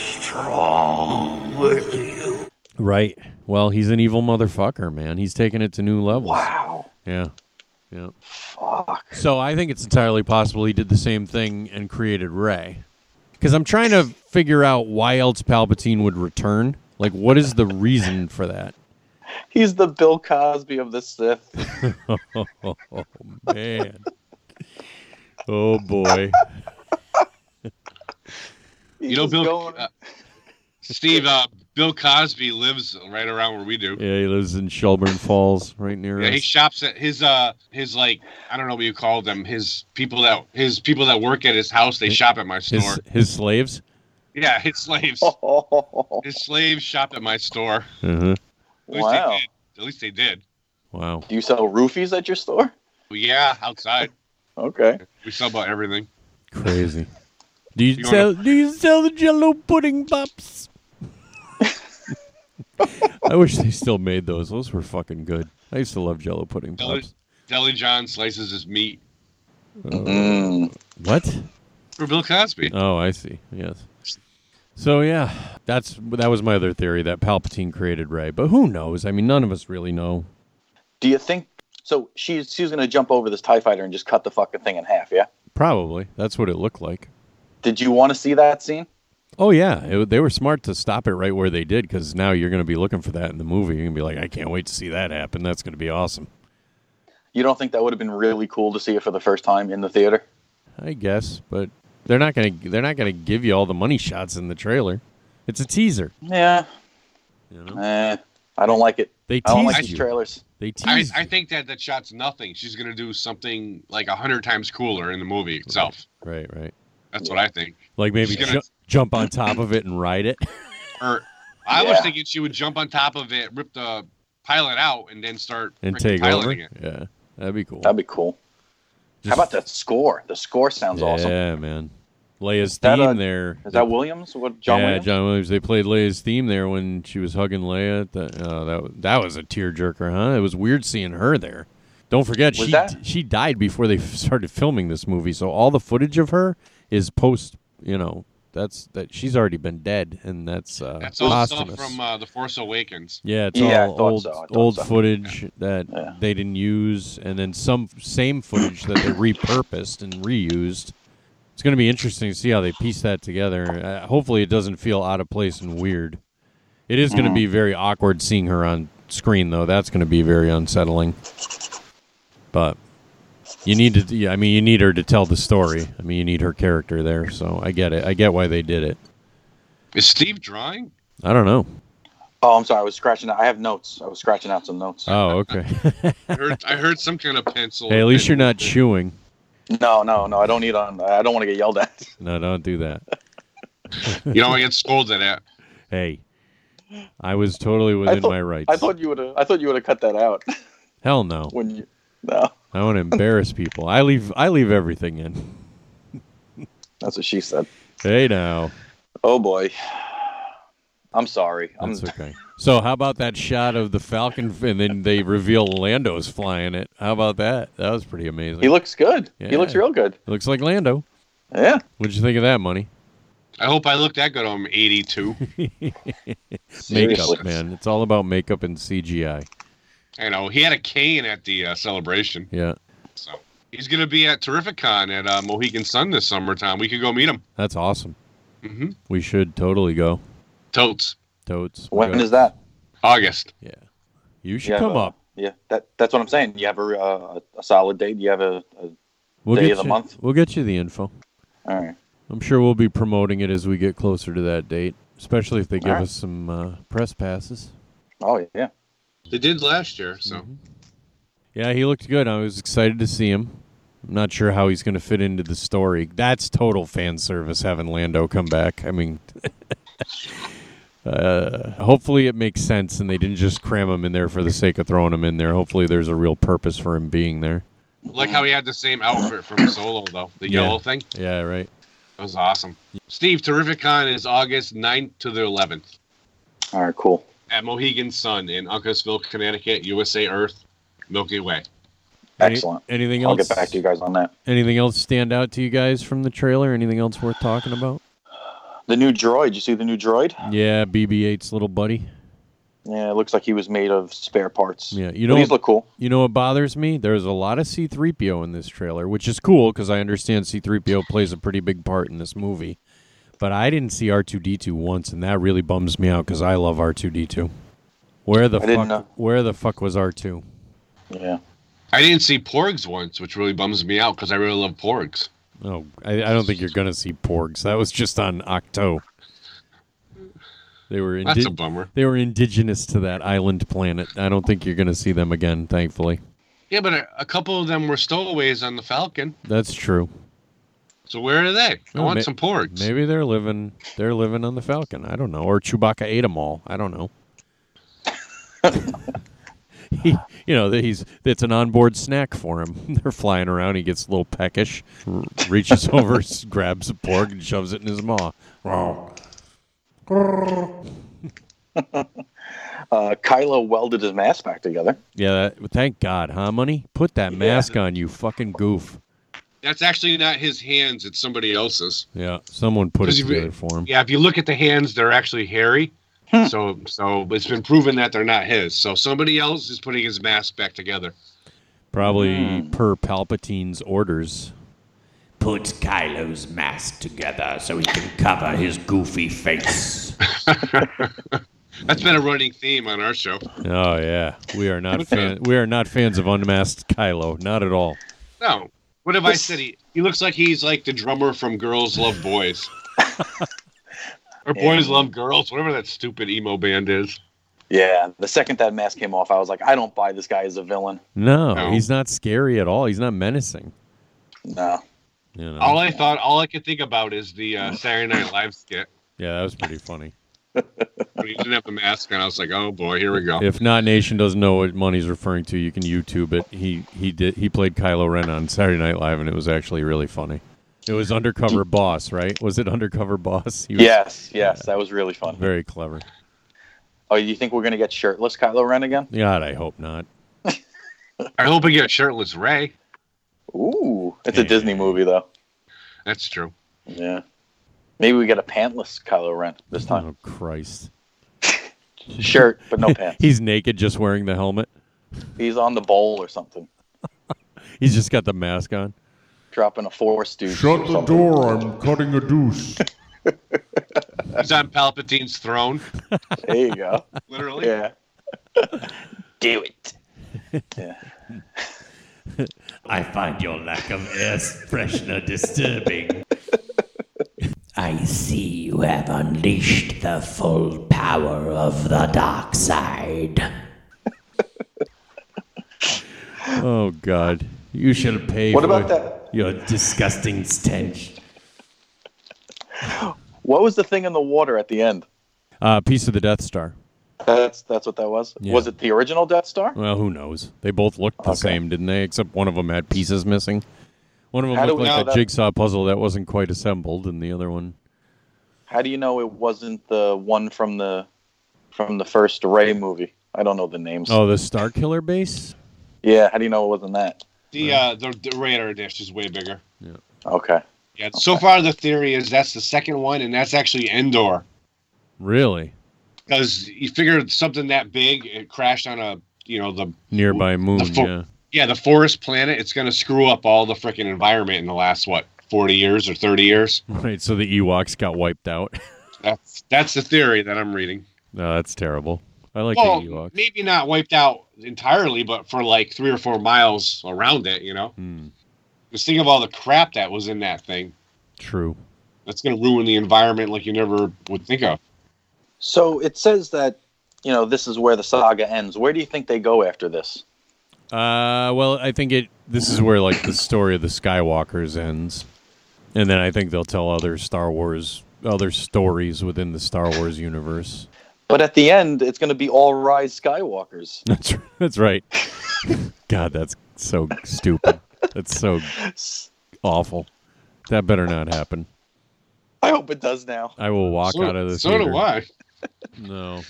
[SPEAKER 9] strong with you.
[SPEAKER 5] right. Well, he's an evil motherfucker, man. He's taking it to new levels.
[SPEAKER 6] Wow.
[SPEAKER 5] Yeah. Yeah.
[SPEAKER 6] Fuck.
[SPEAKER 5] So I think it's entirely possible he did the same thing and created Ray. Because I'm trying to figure out why else Palpatine would return. Like, what is the reason for that?
[SPEAKER 6] He's the Bill Cosby of the Sith.
[SPEAKER 5] Oh, man. Oh, boy.
[SPEAKER 8] You know,
[SPEAKER 6] He's
[SPEAKER 8] Bill,
[SPEAKER 6] going-
[SPEAKER 8] uh, Steve, uh, Bill Cosby lives right around where we do. Yeah.
[SPEAKER 5] Yeah, he lives in Shelburne Falls, right near
[SPEAKER 8] he
[SPEAKER 5] us.
[SPEAKER 8] shops at his uh his like I don't know what you call them his people that his people that work at his house they shop at my store.
[SPEAKER 5] His, his slaves?
[SPEAKER 8] yeah, his slaves.
[SPEAKER 6] Oh.
[SPEAKER 8] His slaves shop at my store.
[SPEAKER 5] Uh-huh.
[SPEAKER 8] At least they
[SPEAKER 6] wow.
[SPEAKER 8] did. At least they did.
[SPEAKER 5] Wow.
[SPEAKER 6] Do you sell roofies at your store?
[SPEAKER 8] yeah, outside.
[SPEAKER 6] Okay.
[SPEAKER 8] We sell about everything.
[SPEAKER 5] Crazy. Do you,
[SPEAKER 8] You wanna-
[SPEAKER 5] sell? Do you sell the Jello pudding pops? I wish they still made those. Those were fucking good. I used to love Jello pudding
[SPEAKER 8] Deli,
[SPEAKER 5] pops.
[SPEAKER 8] Deli John slices his meat.
[SPEAKER 6] Mm.
[SPEAKER 5] What?
[SPEAKER 8] For Bill Cosby.
[SPEAKER 5] Oh, I see. Yes. So yeah, that's that was my other theory that Palpatine created Ray, but who knows? I mean, none of us really know.
[SPEAKER 6] Do you think so? She's she's gonna jump over this Tie Fighter and just cut the fucking thing in half. Yeah.
[SPEAKER 5] Probably that's what it looked like.
[SPEAKER 6] Did you want to see that scene?
[SPEAKER 5] Oh yeah, it, they were smart to stop it right where they did because now you're going to be looking for that in the movie. You're going to be like, I can't wait to see that happen. That's going to be awesome.
[SPEAKER 6] You don't think that would have been really cool to see it for the first time in the theater?
[SPEAKER 5] I guess, but they're not going to they're not going to give you all the money shots in the trailer. It's a teaser.
[SPEAKER 6] Yeah. Eh, I don't like it.
[SPEAKER 5] They
[SPEAKER 6] I don't like
[SPEAKER 5] teased
[SPEAKER 6] these
[SPEAKER 5] you.
[SPEAKER 6] trailers.
[SPEAKER 5] They
[SPEAKER 8] I,
[SPEAKER 5] tease.
[SPEAKER 8] I think that that shot's nothing. She's going to do something like a hundred times cooler in the movie itself.
[SPEAKER 5] right, right.
[SPEAKER 8] That's what I think.
[SPEAKER 5] Like maybe
[SPEAKER 8] She's gonna-
[SPEAKER 5] ju- jump on top of it and ride it.
[SPEAKER 8] Or I was
[SPEAKER 6] Yeah.
[SPEAKER 8] thinking she would jump on top of it, rip the pilot out, and then start
[SPEAKER 5] and
[SPEAKER 8] freaking
[SPEAKER 5] take over.
[SPEAKER 8] piloting it.
[SPEAKER 5] Yeah, that'd be cool.
[SPEAKER 6] That'd be cool.
[SPEAKER 5] Just-
[SPEAKER 6] How about that score? The score sounds
[SPEAKER 5] yeah,
[SPEAKER 6] awesome.
[SPEAKER 5] man. Leia's
[SPEAKER 6] that,
[SPEAKER 5] theme
[SPEAKER 6] uh,
[SPEAKER 5] there.
[SPEAKER 6] Is that Williams? What John
[SPEAKER 5] yeah,
[SPEAKER 6] Williams?
[SPEAKER 5] John Williams. They played Leia's theme there when she was hugging Leia. That uh, that that was a tearjerker, huh? It was weird seeing her there. Don't forget,
[SPEAKER 6] Was
[SPEAKER 5] she
[SPEAKER 6] that-
[SPEAKER 5] she died before they started filming this movie, so all the footage of her is post. You know, that's that she's already been dead, and that's uh,
[SPEAKER 8] That's all stuff
[SPEAKER 5] posthumous.
[SPEAKER 8] from uh, The Force Awakens.
[SPEAKER 5] Yeah, it's
[SPEAKER 6] Yeah, I
[SPEAKER 5] all
[SPEAKER 6] thought
[SPEAKER 5] old
[SPEAKER 6] so. I thought
[SPEAKER 5] old
[SPEAKER 6] so.
[SPEAKER 5] footage that
[SPEAKER 6] Yeah.
[SPEAKER 5] they didn't use, and then some same footage that they repurposed and reused. It's going to be interesting to see how they piece that together. Uh, hopefully, it doesn't feel out of place and weird. It is going
[SPEAKER 6] Mm-hmm.
[SPEAKER 5] to be very awkward seeing her on screen, though. That's going to be very unsettling. But you need to. yeah, I mean, you need her to tell the story. I mean, you need her character there. So I get it. I get why they did it.
[SPEAKER 8] Is Steve drawing?
[SPEAKER 5] I don't know.
[SPEAKER 6] Oh, I'm sorry. I was scratching. Out. I have notes. I was scratching out some notes.
[SPEAKER 5] Oh, okay.
[SPEAKER 8] I heard, I heard some kind of pencil.
[SPEAKER 5] hey, at least
[SPEAKER 8] and-
[SPEAKER 5] you're not chewing.
[SPEAKER 6] no, no, no. I don't need on. I don't want to get yelled at.
[SPEAKER 5] No, don't do that.
[SPEAKER 8] You know, I get scolded at.
[SPEAKER 5] Hey, I was totally within
[SPEAKER 6] thought-
[SPEAKER 5] my rights.
[SPEAKER 6] I thought you would have. I thought you would have cut that out
[SPEAKER 5] Hell no.
[SPEAKER 6] when you. No,
[SPEAKER 5] I want to embarrass people. I leave. I leave everything in.
[SPEAKER 6] that's what she said.
[SPEAKER 5] Hey, now
[SPEAKER 6] Oh boy. I'm sorry. I'm
[SPEAKER 5] that's okay. So, how about that shot of the Falcon, and then they reveal Lando's flying it? How about that? That was pretty amazing.
[SPEAKER 6] He looks good. He looks
[SPEAKER 5] Yeah.
[SPEAKER 6] real good.
[SPEAKER 5] Looks like Lando.
[SPEAKER 6] Yeah.
[SPEAKER 5] What'd you think of that, money?
[SPEAKER 8] I hope I look that good. I'm 82.
[SPEAKER 6] Seriously.
[SPEAKER 5] Makeup, man. It's all about makeup and CGI.
[SPEAKER 8] I know he had a cane at the uh, celebration,
[SPEAKER 5] Yeah,
[SPEAKER 8] so he's gonna be at Terrificon at uh, Mohegan Sun this summertime. We could go meet him.
[SPEAKER 5] that's awesome.
[SPEAKER 8] Mm-hmm.
[SPEAKER 5] We should totally go.
[SPEAKER 8] Totes,
[SPEAKER 5] Totes.
[SPEAKER 6] When
[SPEAKER 5] go.
[SPEAKER 6] is that?
[SPEAKER 8] August.
[SPEAKER 5] Yeah, you should
[SPEAKER 6] You have
[SPEAKER 5] come
[SPEAKER 6] a-
[SPEAKER 5] up.
[SPEAKER 6] Yeah. That that's what I'm saying. You have a uh, a solid date. You have a, a
[SPEAKER 5] We'll
[SPEAKER 6] day
[SPEAKER 5] get
[SPEAKER 6] of the
[SPEAKER 5] you-
[SPEAKER 6] month?
[SPEAKER 5] We'll get you the info.
[SPEAKER 6] all right.
[SPEAKER 5] I'm sure we'll be promoting it as we get closer to that date, especially if they give
[SPEAKER 6] All right.
[SPEAKER 5] us some uh, press passes.
[SPEAKER 6] Oh yeah.
[SPEAKER 8] They did last year, so
[SPEAKER 5] Mm-hmm. Yeah, he looked good. I was excited to see him. I'm not sure how he's going to fit into the story. That's total fan service having Lando come back. I mean, uh, hopefully it makes sense and they didn't just cram him in there for the sake of throwing him in there. Hopefully there's a real purpose for him being there.
[SPEAKER 8] like how he had the same outfit from Solo though, the
[SPEAKER 5] Yeah.
[SPEAKER 8] yellow thing.
[SPEAKER 5] Yeah, right.
[SPEAKER 8] That was awesome. Steve, Terrificon is August 9th to the 11th
[SPEAKER 6] All right. Cool.
[SPEAKER 8] at Mohegan Sun in Uncasville, Connecticut, USA Earth, Milky Way.
[SPEAKER 5] Any-
[SPEAKER 6] Excellent.
[SPEAKER 5] anything
[SPEAKER 6] I'll
[SPEAKER 5] else?
[SPEAKER 6] get back to you guys on that.
[SPEAKER 5] Anything else stand out to you guys from the trailer? Anything else worth talking about?
[SPEAKER 6] The new droid. You see the new droid?
[SPEAKER 5] Yeah, BB-8's little buddy.
[SPEAKER 6] Yeah. It looks like he was made of spare parts.
[SPEAKER 5] Yeah, you
[SPEAKER 6] But
[SPEAKER 5] know,
[SPEAKER 6] These look cool.
[SPEAKER 5] you know what bothers me? There's a lot of C-3PO in this trailer, which is cool because I understand C-3PO plays a pretty big part in this movie. But I didn't see R2D2 once, and that really bums me out because I love R2D2. Where the
[SPEAKER 6] I didn't
[SPEAKER 5] fuck?
[SPEAKER 6] know.
[SPEAKER 5] Where the fuck was R2?
[SPEAKER 6] Yeah.
[SPEAKER 8] I didn't see Porgs once, which really bums me out because I really love Porgs.
[SPEAKER 5] Oh, I, I don't think you're gonna see Porgs. That was just on Octo. They were
[SPEAKER 8] That's a
[SPEAKER 5] indi-
[SPEAKER 8] bummer.
[SPEAKER 5] they were indigenous to that island planet. I don't think you're gonna see them again, thankfully.
[SPEAKER 8] Yeah, but a, a couple of them were stowaways on the Falcon.
[SPEAKER 5] That's true.
[SPEAKER 8] So where are they? I
[SPEAKER 5] Oh,
[SPEAKER 8] want
[SPEAKER 5] may-
[SPEAKER 8] some porgs.
[SPEAKER 5] Maybe they're living they're living on the Falcon. I don't know. Or Chewbacca ate them all. I don't know. he, you know, that he's it's an onboard snack for him. They're flying around. He gets a little peckish, r- reaches over, s- grabs a pork, and shoves it in his maw.
[SPEAKER 6] Uh, Kylo welded his mask back together.
[SPEAKER 5] Yeah, that, thank God, huh, money? Put that mask on, you fucking goof.
[SPEAKER 8] That's actually not his hands; it's somebody else's.
[SPEAKER 5] Yeah, someone put it
[SPEAKER 8] 'Cause if you-
[SPEAKER 5] together for him.
[SPEAKER 8] Yeah, if you look at the hands, they're actually hairy. So, so it's been proven that they're not his. So somebody else is putting his mask back together.
[SPEAKER 5] Probably
[SPEAKER 8] Hmm.
[SPEAKER 5] per Palpatine's orders.
[SPEAKER 9] Put Kylo's mask together so he can cover his goofy face.
[SPEAKER 8] That's been a running theme on our show.
[SPEAKER 5] Oh yeah, we are not fan, we are not fans of unmasked Kylo, not at all.
[SPEAKER 8] No, what have I said? He, he looks like he's like the drummer from Girls Love Boys, or Boys Love Girls, whatever that stupid emo band is.
[SPEAKER 6] Yeah, the second that mask came off, I was like, I don't buy this guy as a villain.
[SPEAKER 5] No,
[SPEAKER 8] No.
[SPEAKER 5] he's not scary at all. He's not menacing.
[SPEAKER 6] No.
[SPEAKER 5] You know?
[SPEAKER 8] All I thought, all I could think about is the uh, Saturday Night Live skit.
[SPEAKER 5] yeah, that was pretty funny.
[SPEAKER 8] When he didn't have the mask on, I was like, oh boy, here we go.
[SPEAKER 5] If Not Nation doesn't know what money's referring to, you can YouTube it. He he did he played Kylo Ren on Saturday Night Live, and it was actually really funny. It was Undercover Boss, right? Was it Undercover Boss? He was
[SPEAKER 6] Yes, yes, that was really fun.
[SPEAKER 5] Very clever.
[SPEAKER 6] Oh, you think we're gonna get shirtless Kylo Ren again?
[SPEAKER 5] God, I hope not.
[SPEAKER 8] I hope we get shirtless Ray.
[SPEAKER 6] Ooh, it's a
[SPEAKER 5] Yeah.
[SPEAKER 6] Disney movie though.
[SPEAKER 8] That's true.
[SPEAKER 6] Yeah. Maybe we get a pantless Kylo Ren this time.
[SPEAKER 5] Oh Christ.
[SPEAKER 6] Shirt, but no pants.
[SPEAKER 5] He's naked, just wearing the helmet.
[SPEAKER 6] He's on the bowl or something,
[SPEAKER 5] He's just got the mask on.
[SPEAKER 6] dropping a force dude.
[SPEAKER 4] door, I'm cutting a deuce.
[SPEAKER 8] He's on Palpatine's throne,
[SPEAKER 6] There you go.
[SPEAKER 8] literally.
[SPEAKER 6] Yeah. Do it. Yeah.
[SPEAKER 9] I find your lack of air freshener disturbing. I see you have unleashed the full power of the dark side.
[SPEAKER 5] Oh God, you shall pay.
[SPEAKER 6] What
[SPEAKER 5] for
[SPEAKER 6] about that?
[SPEAKER 5] Your disgusting stench.
[SPEAKER 6] What was the thing in the water at the end?
[SPEAKER 5] Uh, piece of the Death Star.
[SPEAKER 6] That's that's what that was.
[SPEAKER 5] Yeah.
[SPEAKER 6] Was it the original Death Star?
[SPEAKER 5] Well, who knows? They both looked the
[SPEAKER 6] Okay.
[SPEAKER 5] same, didn't they? Except one of them had pieces missing. One of them
[SPEAKER 6] How do
[SPEAKER 5] looked
[SPEAKER 6] we know
[SPEAKER 5] like a
[SPEAKER 6] that-
[SPEAKER 5] jigsaw puzzle that wasn't quite assembled, and the other one.
[SPEAKER 6] How do you know it wasn't the one from the from the first Ray movie? I don't know the names.
[SPEAKER 5] Oh, the Star Killer base.
[SPEAKER 6] Yeah, how do you know it wasn't that?
[SPEAKER 8] The uh, the, the radar dish is way bigger.
[SPEAKER 6] Okay.
[SPEAKER 8] Yeah. So far, the theory is that's the second one, and that's actually Endor,
[SPEAKER 5] Really?
[SPEAKER 8] because you figured something that big it crashed on a you know the
[SPEAKER 5] Nearby moon.
[SPEAKER 8] fo-
[SPEAKER 5] yeah.
[SPEAKER 8] yeah the forest planet. It's gonna screw up all the freaking environment in the last what forty years or thirty years.
[SPEAKER 5] Right. So the Ewoks got wiped out.
[SPEAKER 8] That's that's the theory that I'm reading.
[SPEAKER 5] no, that's terrible. I like
[SPEAKER 8] well,
[SPEAKER 5] the Ewoks.
[SPEAKER 8] maybe not wiped out entirely, but for like three or four miles around it, you know.
[SPEAKER 5] Hmm,
[SPEAKER 8] Just think of all the crap that was in that thing.
[SPEAKER 5] true.
[SPEAKER 8] That's gonna ruin the environment like you never would think of.
[SPEAKER 6] So it says that, you know, this is where the saga ends. Where do you think they go after this?
[SPEAKER 5] Uh, well, I think it. This is where like the story of the Skywalker's ends, and then I think they'll tell other Star Wars, other stories within the Star Wars universe.
[SPEAKER 6] But at the end, it's going to be all rise Skywalkers.
[SPEAKER 5] That's that's right. God, that's so stupid. That's so awful. That better not happen.
[SPEAKER 6] I hope it does now.
[SPEAKER 5] I will walk
[SPEAKER 8] so,
[SPEAKER 5] out of this.
[SPEAKER 8] so do I.
[SPEAKER 5] No.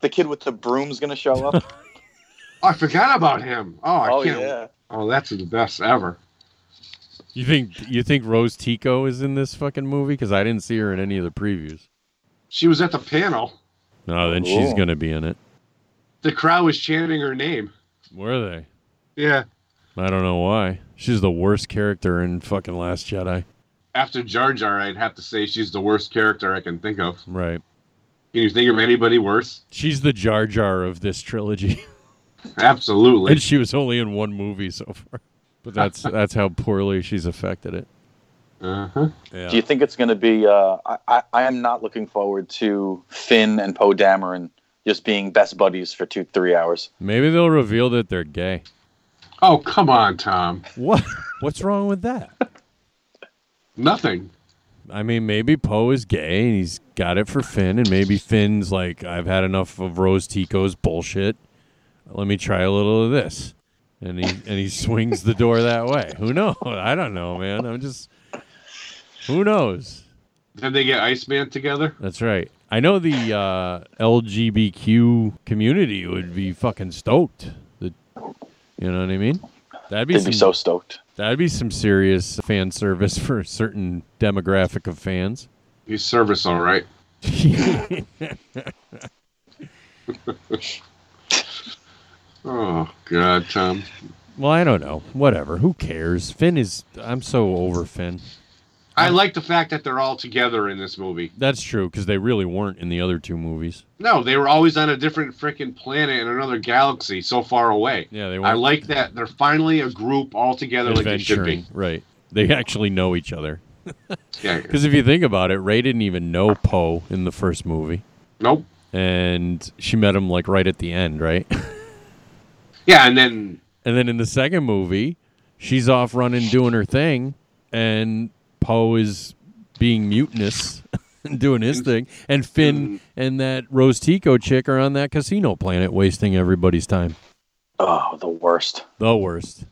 [SPEAKER 6] The kid with the broom's going to show up.
[SPEAKER 8] Oh, I forgot about him. Oh, I
[SPEAKER 6] oh
[SPEAKER 8] can't.
[SPEAKER 6] yeah.
[SPEAKER 8] Oh, that's the best ever.
[SPEAKER 5] You think you think Rose Tico is in this fucking movie? Because I didn't see her in any of the previews.
[SPEAKER 8] She was at the panel.
[SPEAKER 5] No, then she's
[SPEAKER 6] Cool.
[SPEAKER 5] gonna be in it.
[SPEAKER 8] The crowd was chanting her name.
[SPEAKER 5] Were they?
[SPEAKER 8] Yeah.
[SPEAKER 5] I don't know why. She's the worst character in fucking Last Jedi.
[SPEAKER 8] After Jar Jar, I'd have to say she's the worst character I can think of.
[SPEAKER 5] Right.
[SPEAKER 8] Can you think of anybody worse?
[SPEAKER 5] She's the Jar Jar of this trilogy,
[SPEAKER 8] Absolutely.
[SPEAKER 5] and she was only in one movie so far. But that's that's how poorly she's affected it.
[SPEAKER 8] Uh-huh.
[SPEAKER 5] Yeah.
[SPEAKER 6] Do you think it's going to be? Uh, I, I I am not looking forward to Finn and Poe Dameron just being best buddies for two three hours.
[SPEAKER 5] Maybe they'll reveal that they're gay.
[SPEAKER 8] Oh, come on, Tom.
[SPEAKER 5] What? What's wrong with that?
[SPEAKER 8] Nothing.
[SPEAKER 5] I mean, maybe Poe is gay and he's got it for Finn, and maybe Finn's like, I've had enough of Rose Tico's bullshit. Let me try a little of this. And he and he swings the door that way. Who knows? I don't know, man. I'm just who knows?
[SPEAKER 8] Then they get Iceman together.
[SPEAKER 5] That's right. I know the uh, LGBTQ community would be fucking stoked. The, you know what I mean? That'd be,
[SPEAKER 6] They'd
[SPEAKER 5] some,
[SPEAKER 6] be so stoked.
[SPEAKER 5] That'd be some serious fan service for a certain demographic of fans.
[SPEAKER 8] He's service, all right. Oh God, Tom.
[SPEAKER 5] Well, I don't know. Whatever. Who cares? Finn is. I'm so over Finn.
[SPEAKER 8] I like the fact that they're all together in this movie.
[SPEAKER 5] That's true because they really weren't in the other two movies.
[SPEAKER 8] No, they were always on a different freaking planet in another galaxy, so far away.
[SPEAKER 5] Yeah, they
[SPEAKER 8] I
[SPEAKER 5] weren't
[SPEAKER 8] like that they're finally a group all together like they should
[SPEAKER 5] adventuring.
[SPEAKER 8] be.
[SPEAKER 5] right. They actually know each other.
[SPEAKER 8] Yeah.
[SPEAKER 5] Because if you think about it, Ray didn't even know Poe in the first movie,
[SPEAKER 8] Nope.
[SPEAKER 5] and she met him like right at the end, right?
[SPEAKER 8] Yeah, and then
[SPEAKER 5] And then in the second movie, she's off running, doing her thing, and Poe is being mutinous and doing his thing. And Finn and that Rose Tico chick are on that casino planet, wasting everybody's time.
[SPEAKER 6] Oh, the worst.
[SPEAKER 5] The worst.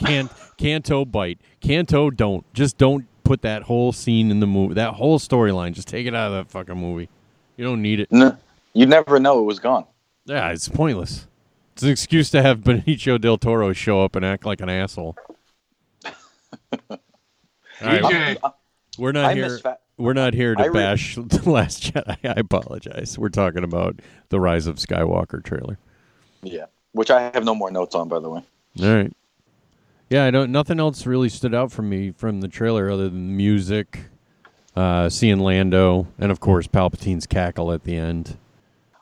[SPEAKER 5] Can't Canto bite. Canto don't. Just don't put that whole scene in the movie. That whole storyline. Just take it out of that fucking movie. You don't need it.
[SPEAKER 6] N- you never know it was gone.
[SPEAKER 5] Yeah, it's pointless. It's an excuse to have Benicio del Toro show up and act like an asshole. All right,
[SPEAKER 8] DJ,
[SPEAKER 6] Uh,
[SPEAKER 5] We're not
[SPEAKER 6] I
[SPEAKER 5] here.
[SPEAKER 6] miss fa-
[SPEAKER 5] we're not here to
[SPEAKER 6] I re-
[SPEAKER 5] bash the Last Jedi. I apologize. We're talking about the Rise of Skywalker trailer.
[SPEAKER 6] Yeah. Which I have no more notes on, by the way.
[SPEAKER 5] All right. Yeah, I don't. Nothing else really stood out for me from the trailer other than the music, uh, seeing Lando, and of course Palpatine's cackle at the end.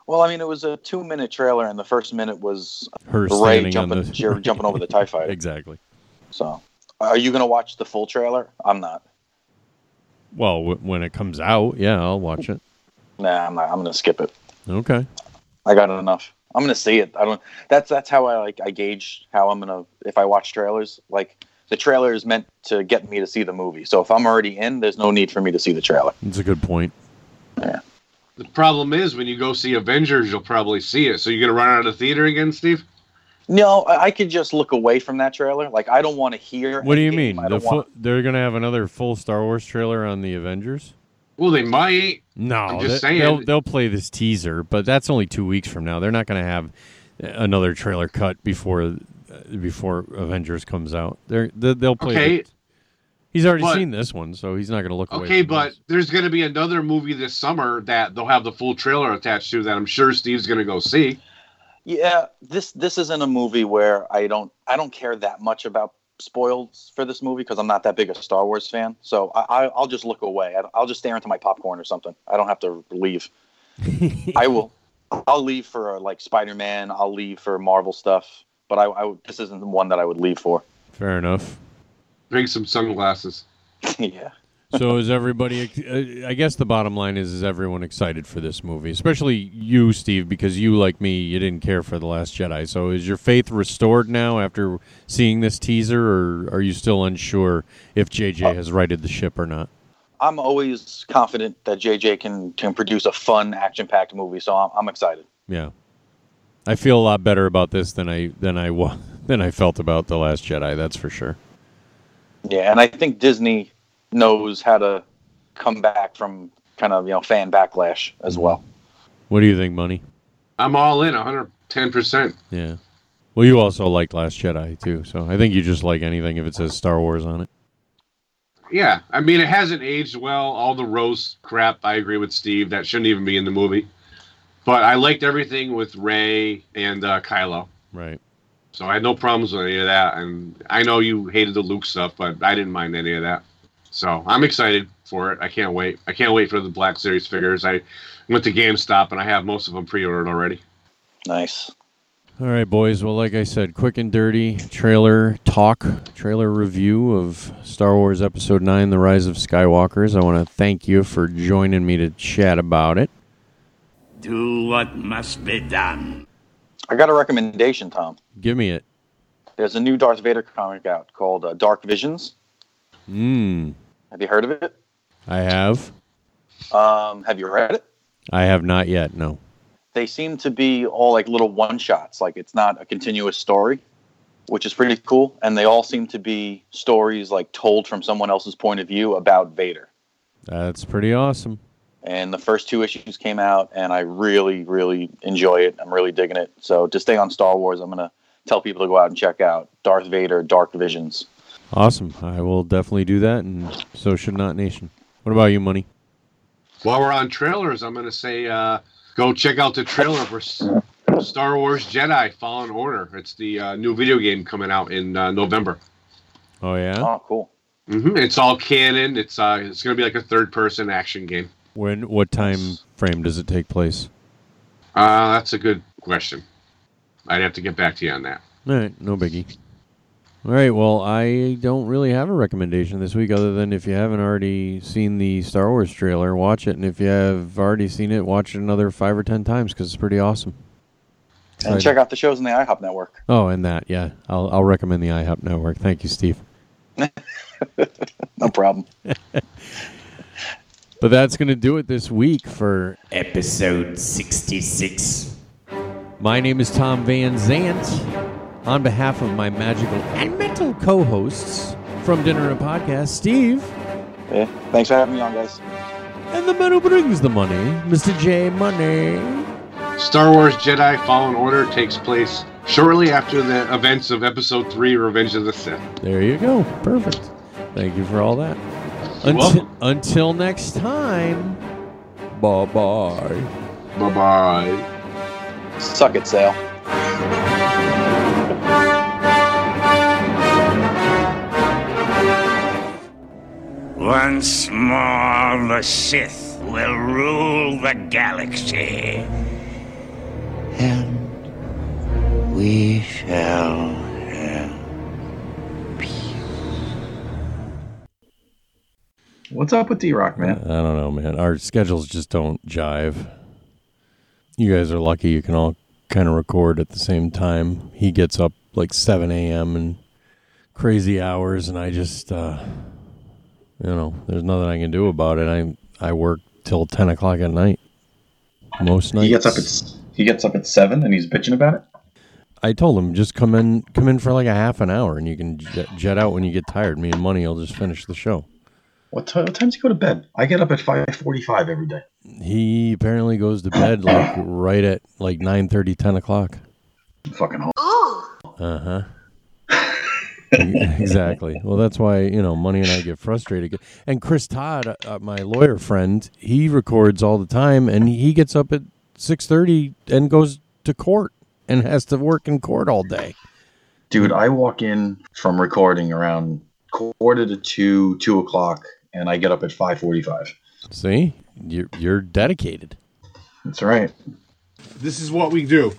[SPEAKER 6] Well, I mean, it was a two-minute trailer, and the first minute was
[SPEAKER 5] Her
[SPEAKER 6] Ray
[SPEAKER 5] standing
[SPEAKER 6] jumping,
[SPEAKER 5] on the
[SPEAKER 6] ju- jumping over the Tie Fighter.
[SPEAKER 5] exactly.
[SPEAKER 6] So, are you going to watch the full trailer? I'm not.
[SPEAKER 5] Well, w- when it comes out, yeah, I'll watch it.
[SPEAKER 6] Nah, I'm not. I'm going to skip it.
[SPEAKER 5] Okay.
[SPEAKER 6] I got enough. I'm gonna see it. I don't. That's that's how I like. I gauge how I'm gonna if I watch trailers. Like the trailer is meant to get me to see the movie. So if I'm already in, there's no need for me to see the trailer.
[SPEAKER 5] That's a good point.
[SPEAKER 8] the problem is when you go see Avengers, you'll probably see it. So you're gonna run out of the theater again, Steve?
[SPEAKER 6] No, I, I could just look away from that trailer. Like I don't want to hear.
[SPEAKER 5] What do you
[SPEAKER 6] Endgame.
[SPEAKER 5] mean? The
[SPEAKER 6] I don't want.
[SPEAKER 5] fu- they're gonna have another full Star Wars trailer on the Avengers?
[SPEAKER 8] Well, they might.
[SPEAKER 5] No,
[SPEAKER 8] I'm just
[SPEAKER 5] they, will
[SPEAKER 8] saying.
[SPEAKER 5] they'll play this teaser, but that's only two weeks from now. They're not going to have eh, another trailer cut before uh, before Avengers comes out. They're, they they'll play.
[SPEAKER 8] Okay.
[SPEAKER 5] the- he's already
[SPEAKER 8] but-
[SPEAKER 5] seen this one, so he's not going to look away.
[SPEAKER 8] Okay,
[SPEAKER 5] from
[SPEAKER 8] but
[SPEAKER 5] this.
[SPEAKER 8] there's going to be another movie this summer that they'll have the full trailer attached to that I'm sure Steve's going to go see.
[SPEAKER 6] Yeah, this this isn't a movie where I don't I don't care that much about spoils for this movie because I'm not that big a Star Wars fan. So I, I I'll just look away. I, I'll just stare into my popcorn or something. I don't have to leave. I will. I'll leave for uh, like Spider Man. I'll leave for Marvel stuff. But I, I would- this isn't the one that I would leave for.
[SPEAKER 5] fair enough.
[SPEAKER 8] Bring some sunglasses.
[SPEAKER 6] yeah.
[SPEAKER 5] So is everybody? ex- uh, I guess the bottom line is, is everyone excited for this movie? Especially you, Steve, because you, like me, you didn't care for the Last Jedi. So is your faith restored now after seeing this teaser, or are you still unsure if JJ has righted the ship or not?
[SPEAKER 6] I'm always confident that JJ can can produce a fun action packed movie. So I'm, I'm excited.
[SPEAKER 5] Yeah, I feel a lot better about this than I than I wa- than I felt about the Last Jedi. That's for sure.
[SPEAKER 6] Yeah, and I think Disney knows how to come back from kind of you know fan backlash as well.
[SPEAKER 5] What do you think, Money?
[SPEAKER 8] I'm all in 110%.
[SPEAKER 5] Yeah. Well, you also liked Last Jedi too, so I think you just like anything if it says Star Wars on it.
[SPEAKER 8] Yeah, I mean, it hasn't aged well. All the roast crap, I agree with Steve. That shouldn't even be in the movie. But I liked everything with Ray and uh, Kylo.
[SPEAKER 5] Right.
[SPEAKER 8] So I had no problems with any of that. And I know you hated the Luke stuff, but I didn't mind any of that. So I'm excited for it. I can't wait. I can't wait for the Black Series figures. I went to GameStop and I have most of them pre ordered already.
[SPEAKER 6] Nice.
[SPEAKER 5] All right, boys. Well, like I said, quick and dirty trailer talk, trailer review of Star Wars Episode 9 The Rise of Skywalkers. I want to thank you for joining me to chat about it.
[SPEAKER 1] Do what must be done.
[SPEAKER 6] I got a recommendation, Tom.
[SPEAKER 5] Give me it.
[SPEAKER 6] There's a new Darth Vader comic out called uh, Dark Visions.
[SPEAKER 5] Mmm.
[SPEAKER 6] Have you heard of it?
[SPEAKER 5] I have.
[SPEAKER 6] Um, have you read it?
[SPEAKER 5] I have not yet, no.
[SPEAKER 10] they seem to be all like little one shots. Like it's not a continuous story, which is pretty cool. And they all seem to be stories like told from someone else's point of view about Vader.
[SPEAKER 5] That's pretty awesome.
[SPEAKER 10] And the first two issues came out, and I really, really enjoy it. I'm really digging it. So to stay on Star Wars, I'm gonna tell people to go out and check out Darth Vader Dark Visions.
[SPEAKER 5] Awesome. I will definitely do that, and so should Not Nation. What about you, Money?
[SPEAKER 8] While we're on trailers, I'm going to say uh, go check out the trailer for S- Star Wars Jedi Fallen Order. It's the uh, new video game coming out in uh, November.
[SPEAKER 5] Oh yeah.
[SPEAKER 6] Uh,
[SPEAKER 10] Oh, cool.
[SPEAKER 8] hmm It's all canon. It's uh, it's going to be like a third person action game.
[SPEAKER 5] When? What time frame does it take place?
[SPEAKER 8] Uh, that's a good question. I'd have to get back to you on that.
[SPEAKER 5] All right, no biggie. All right, well, I don't really have a recommendation this week other than if you haven't already seen the Star Wars trailer, watch it. And if you have already seen it, watch it another five or ten times because it's pretty awesome.
[SPEAKER 10] And
[SPEAKER 5] Excited.
[SPEAKER 10] check out the shows on the IHOP network.
[SPEAKER 5] Oh, and that, yeah. I'll, I'll recommend the IHOP network. Thank you, Steve.
[SPEAKER 10] No problem.
[SPEAKER 5] But that's going to do it this week for
[SPEAKER 9] Episode 66.
[SPEAKER 5] My name is Tom Van Zant. On behalf of my magical and mental co hosts from Dinner and Podcast, Steve.
[SPEAKER 10] Yeah. Thanks for having me on, guys.
[SPEAKER 5] And the man who brings the money, Mr. J Money.
[SPEAKER 8] Star Wars Jedi Fallen Order takes place shortly after the events of Episode 3 Revenge of the Sith.
[SPEAKER 5] There you go. Perfect. Thank you for all that. Until,
[SPEAKER 8] welcome.
[SPEAKER 5] until next time, bye bye.
[SPEAKER 8] Bye bye.
[SPEAKER 10] Suck it, Sale.
[SPEAKER 9] Once more, the Sith will rule the galaxy. And we shall have.
[SPEAKER 6] What's up with D Rock, man?
[SPEAKER 5] I don't know, man. Our schedules just don't jive. You guys are lucky you can all kind of record at the same time. He gets up like 7 a.m. and crazy hours, and I just, uh, you know, there's nothing I can do about it. I I work till 10 o'clock at night most nights.
[SPEAKER 6] He gets up at s- he gets up at seven and he's bitching about it.
[SPEAKER 5] I told him just come in, come in for like a half an hour, and you can jet, jet out when you get tired. Me and Money will just finish the show.
[SPEAKER 6] What, ti- what time does he go to bed? I get up at five forty-five every day.
[SPEAKER 5] He apparently goes to bed like right at like 9 10 o'clock.
[SPEAKER 6] I'm fucking home.
[SPEAKER 5] Uh huh. exactly. Well, that's why you know Money and I get frustrated. And Chris Todd, uh, my lawyer friend, he records all the time, and he gets up at six thirty and goes to court and has to work in court all day.
[SPEAKER 6] Dude, I walk in from recording around quarter to two, two o'clock, and I get up at five forty-five.
[SPEAKER 5] See, you're you're dedicated.
[SPEAKER 6] That's right.
[SPEAKER 8] This is what we do.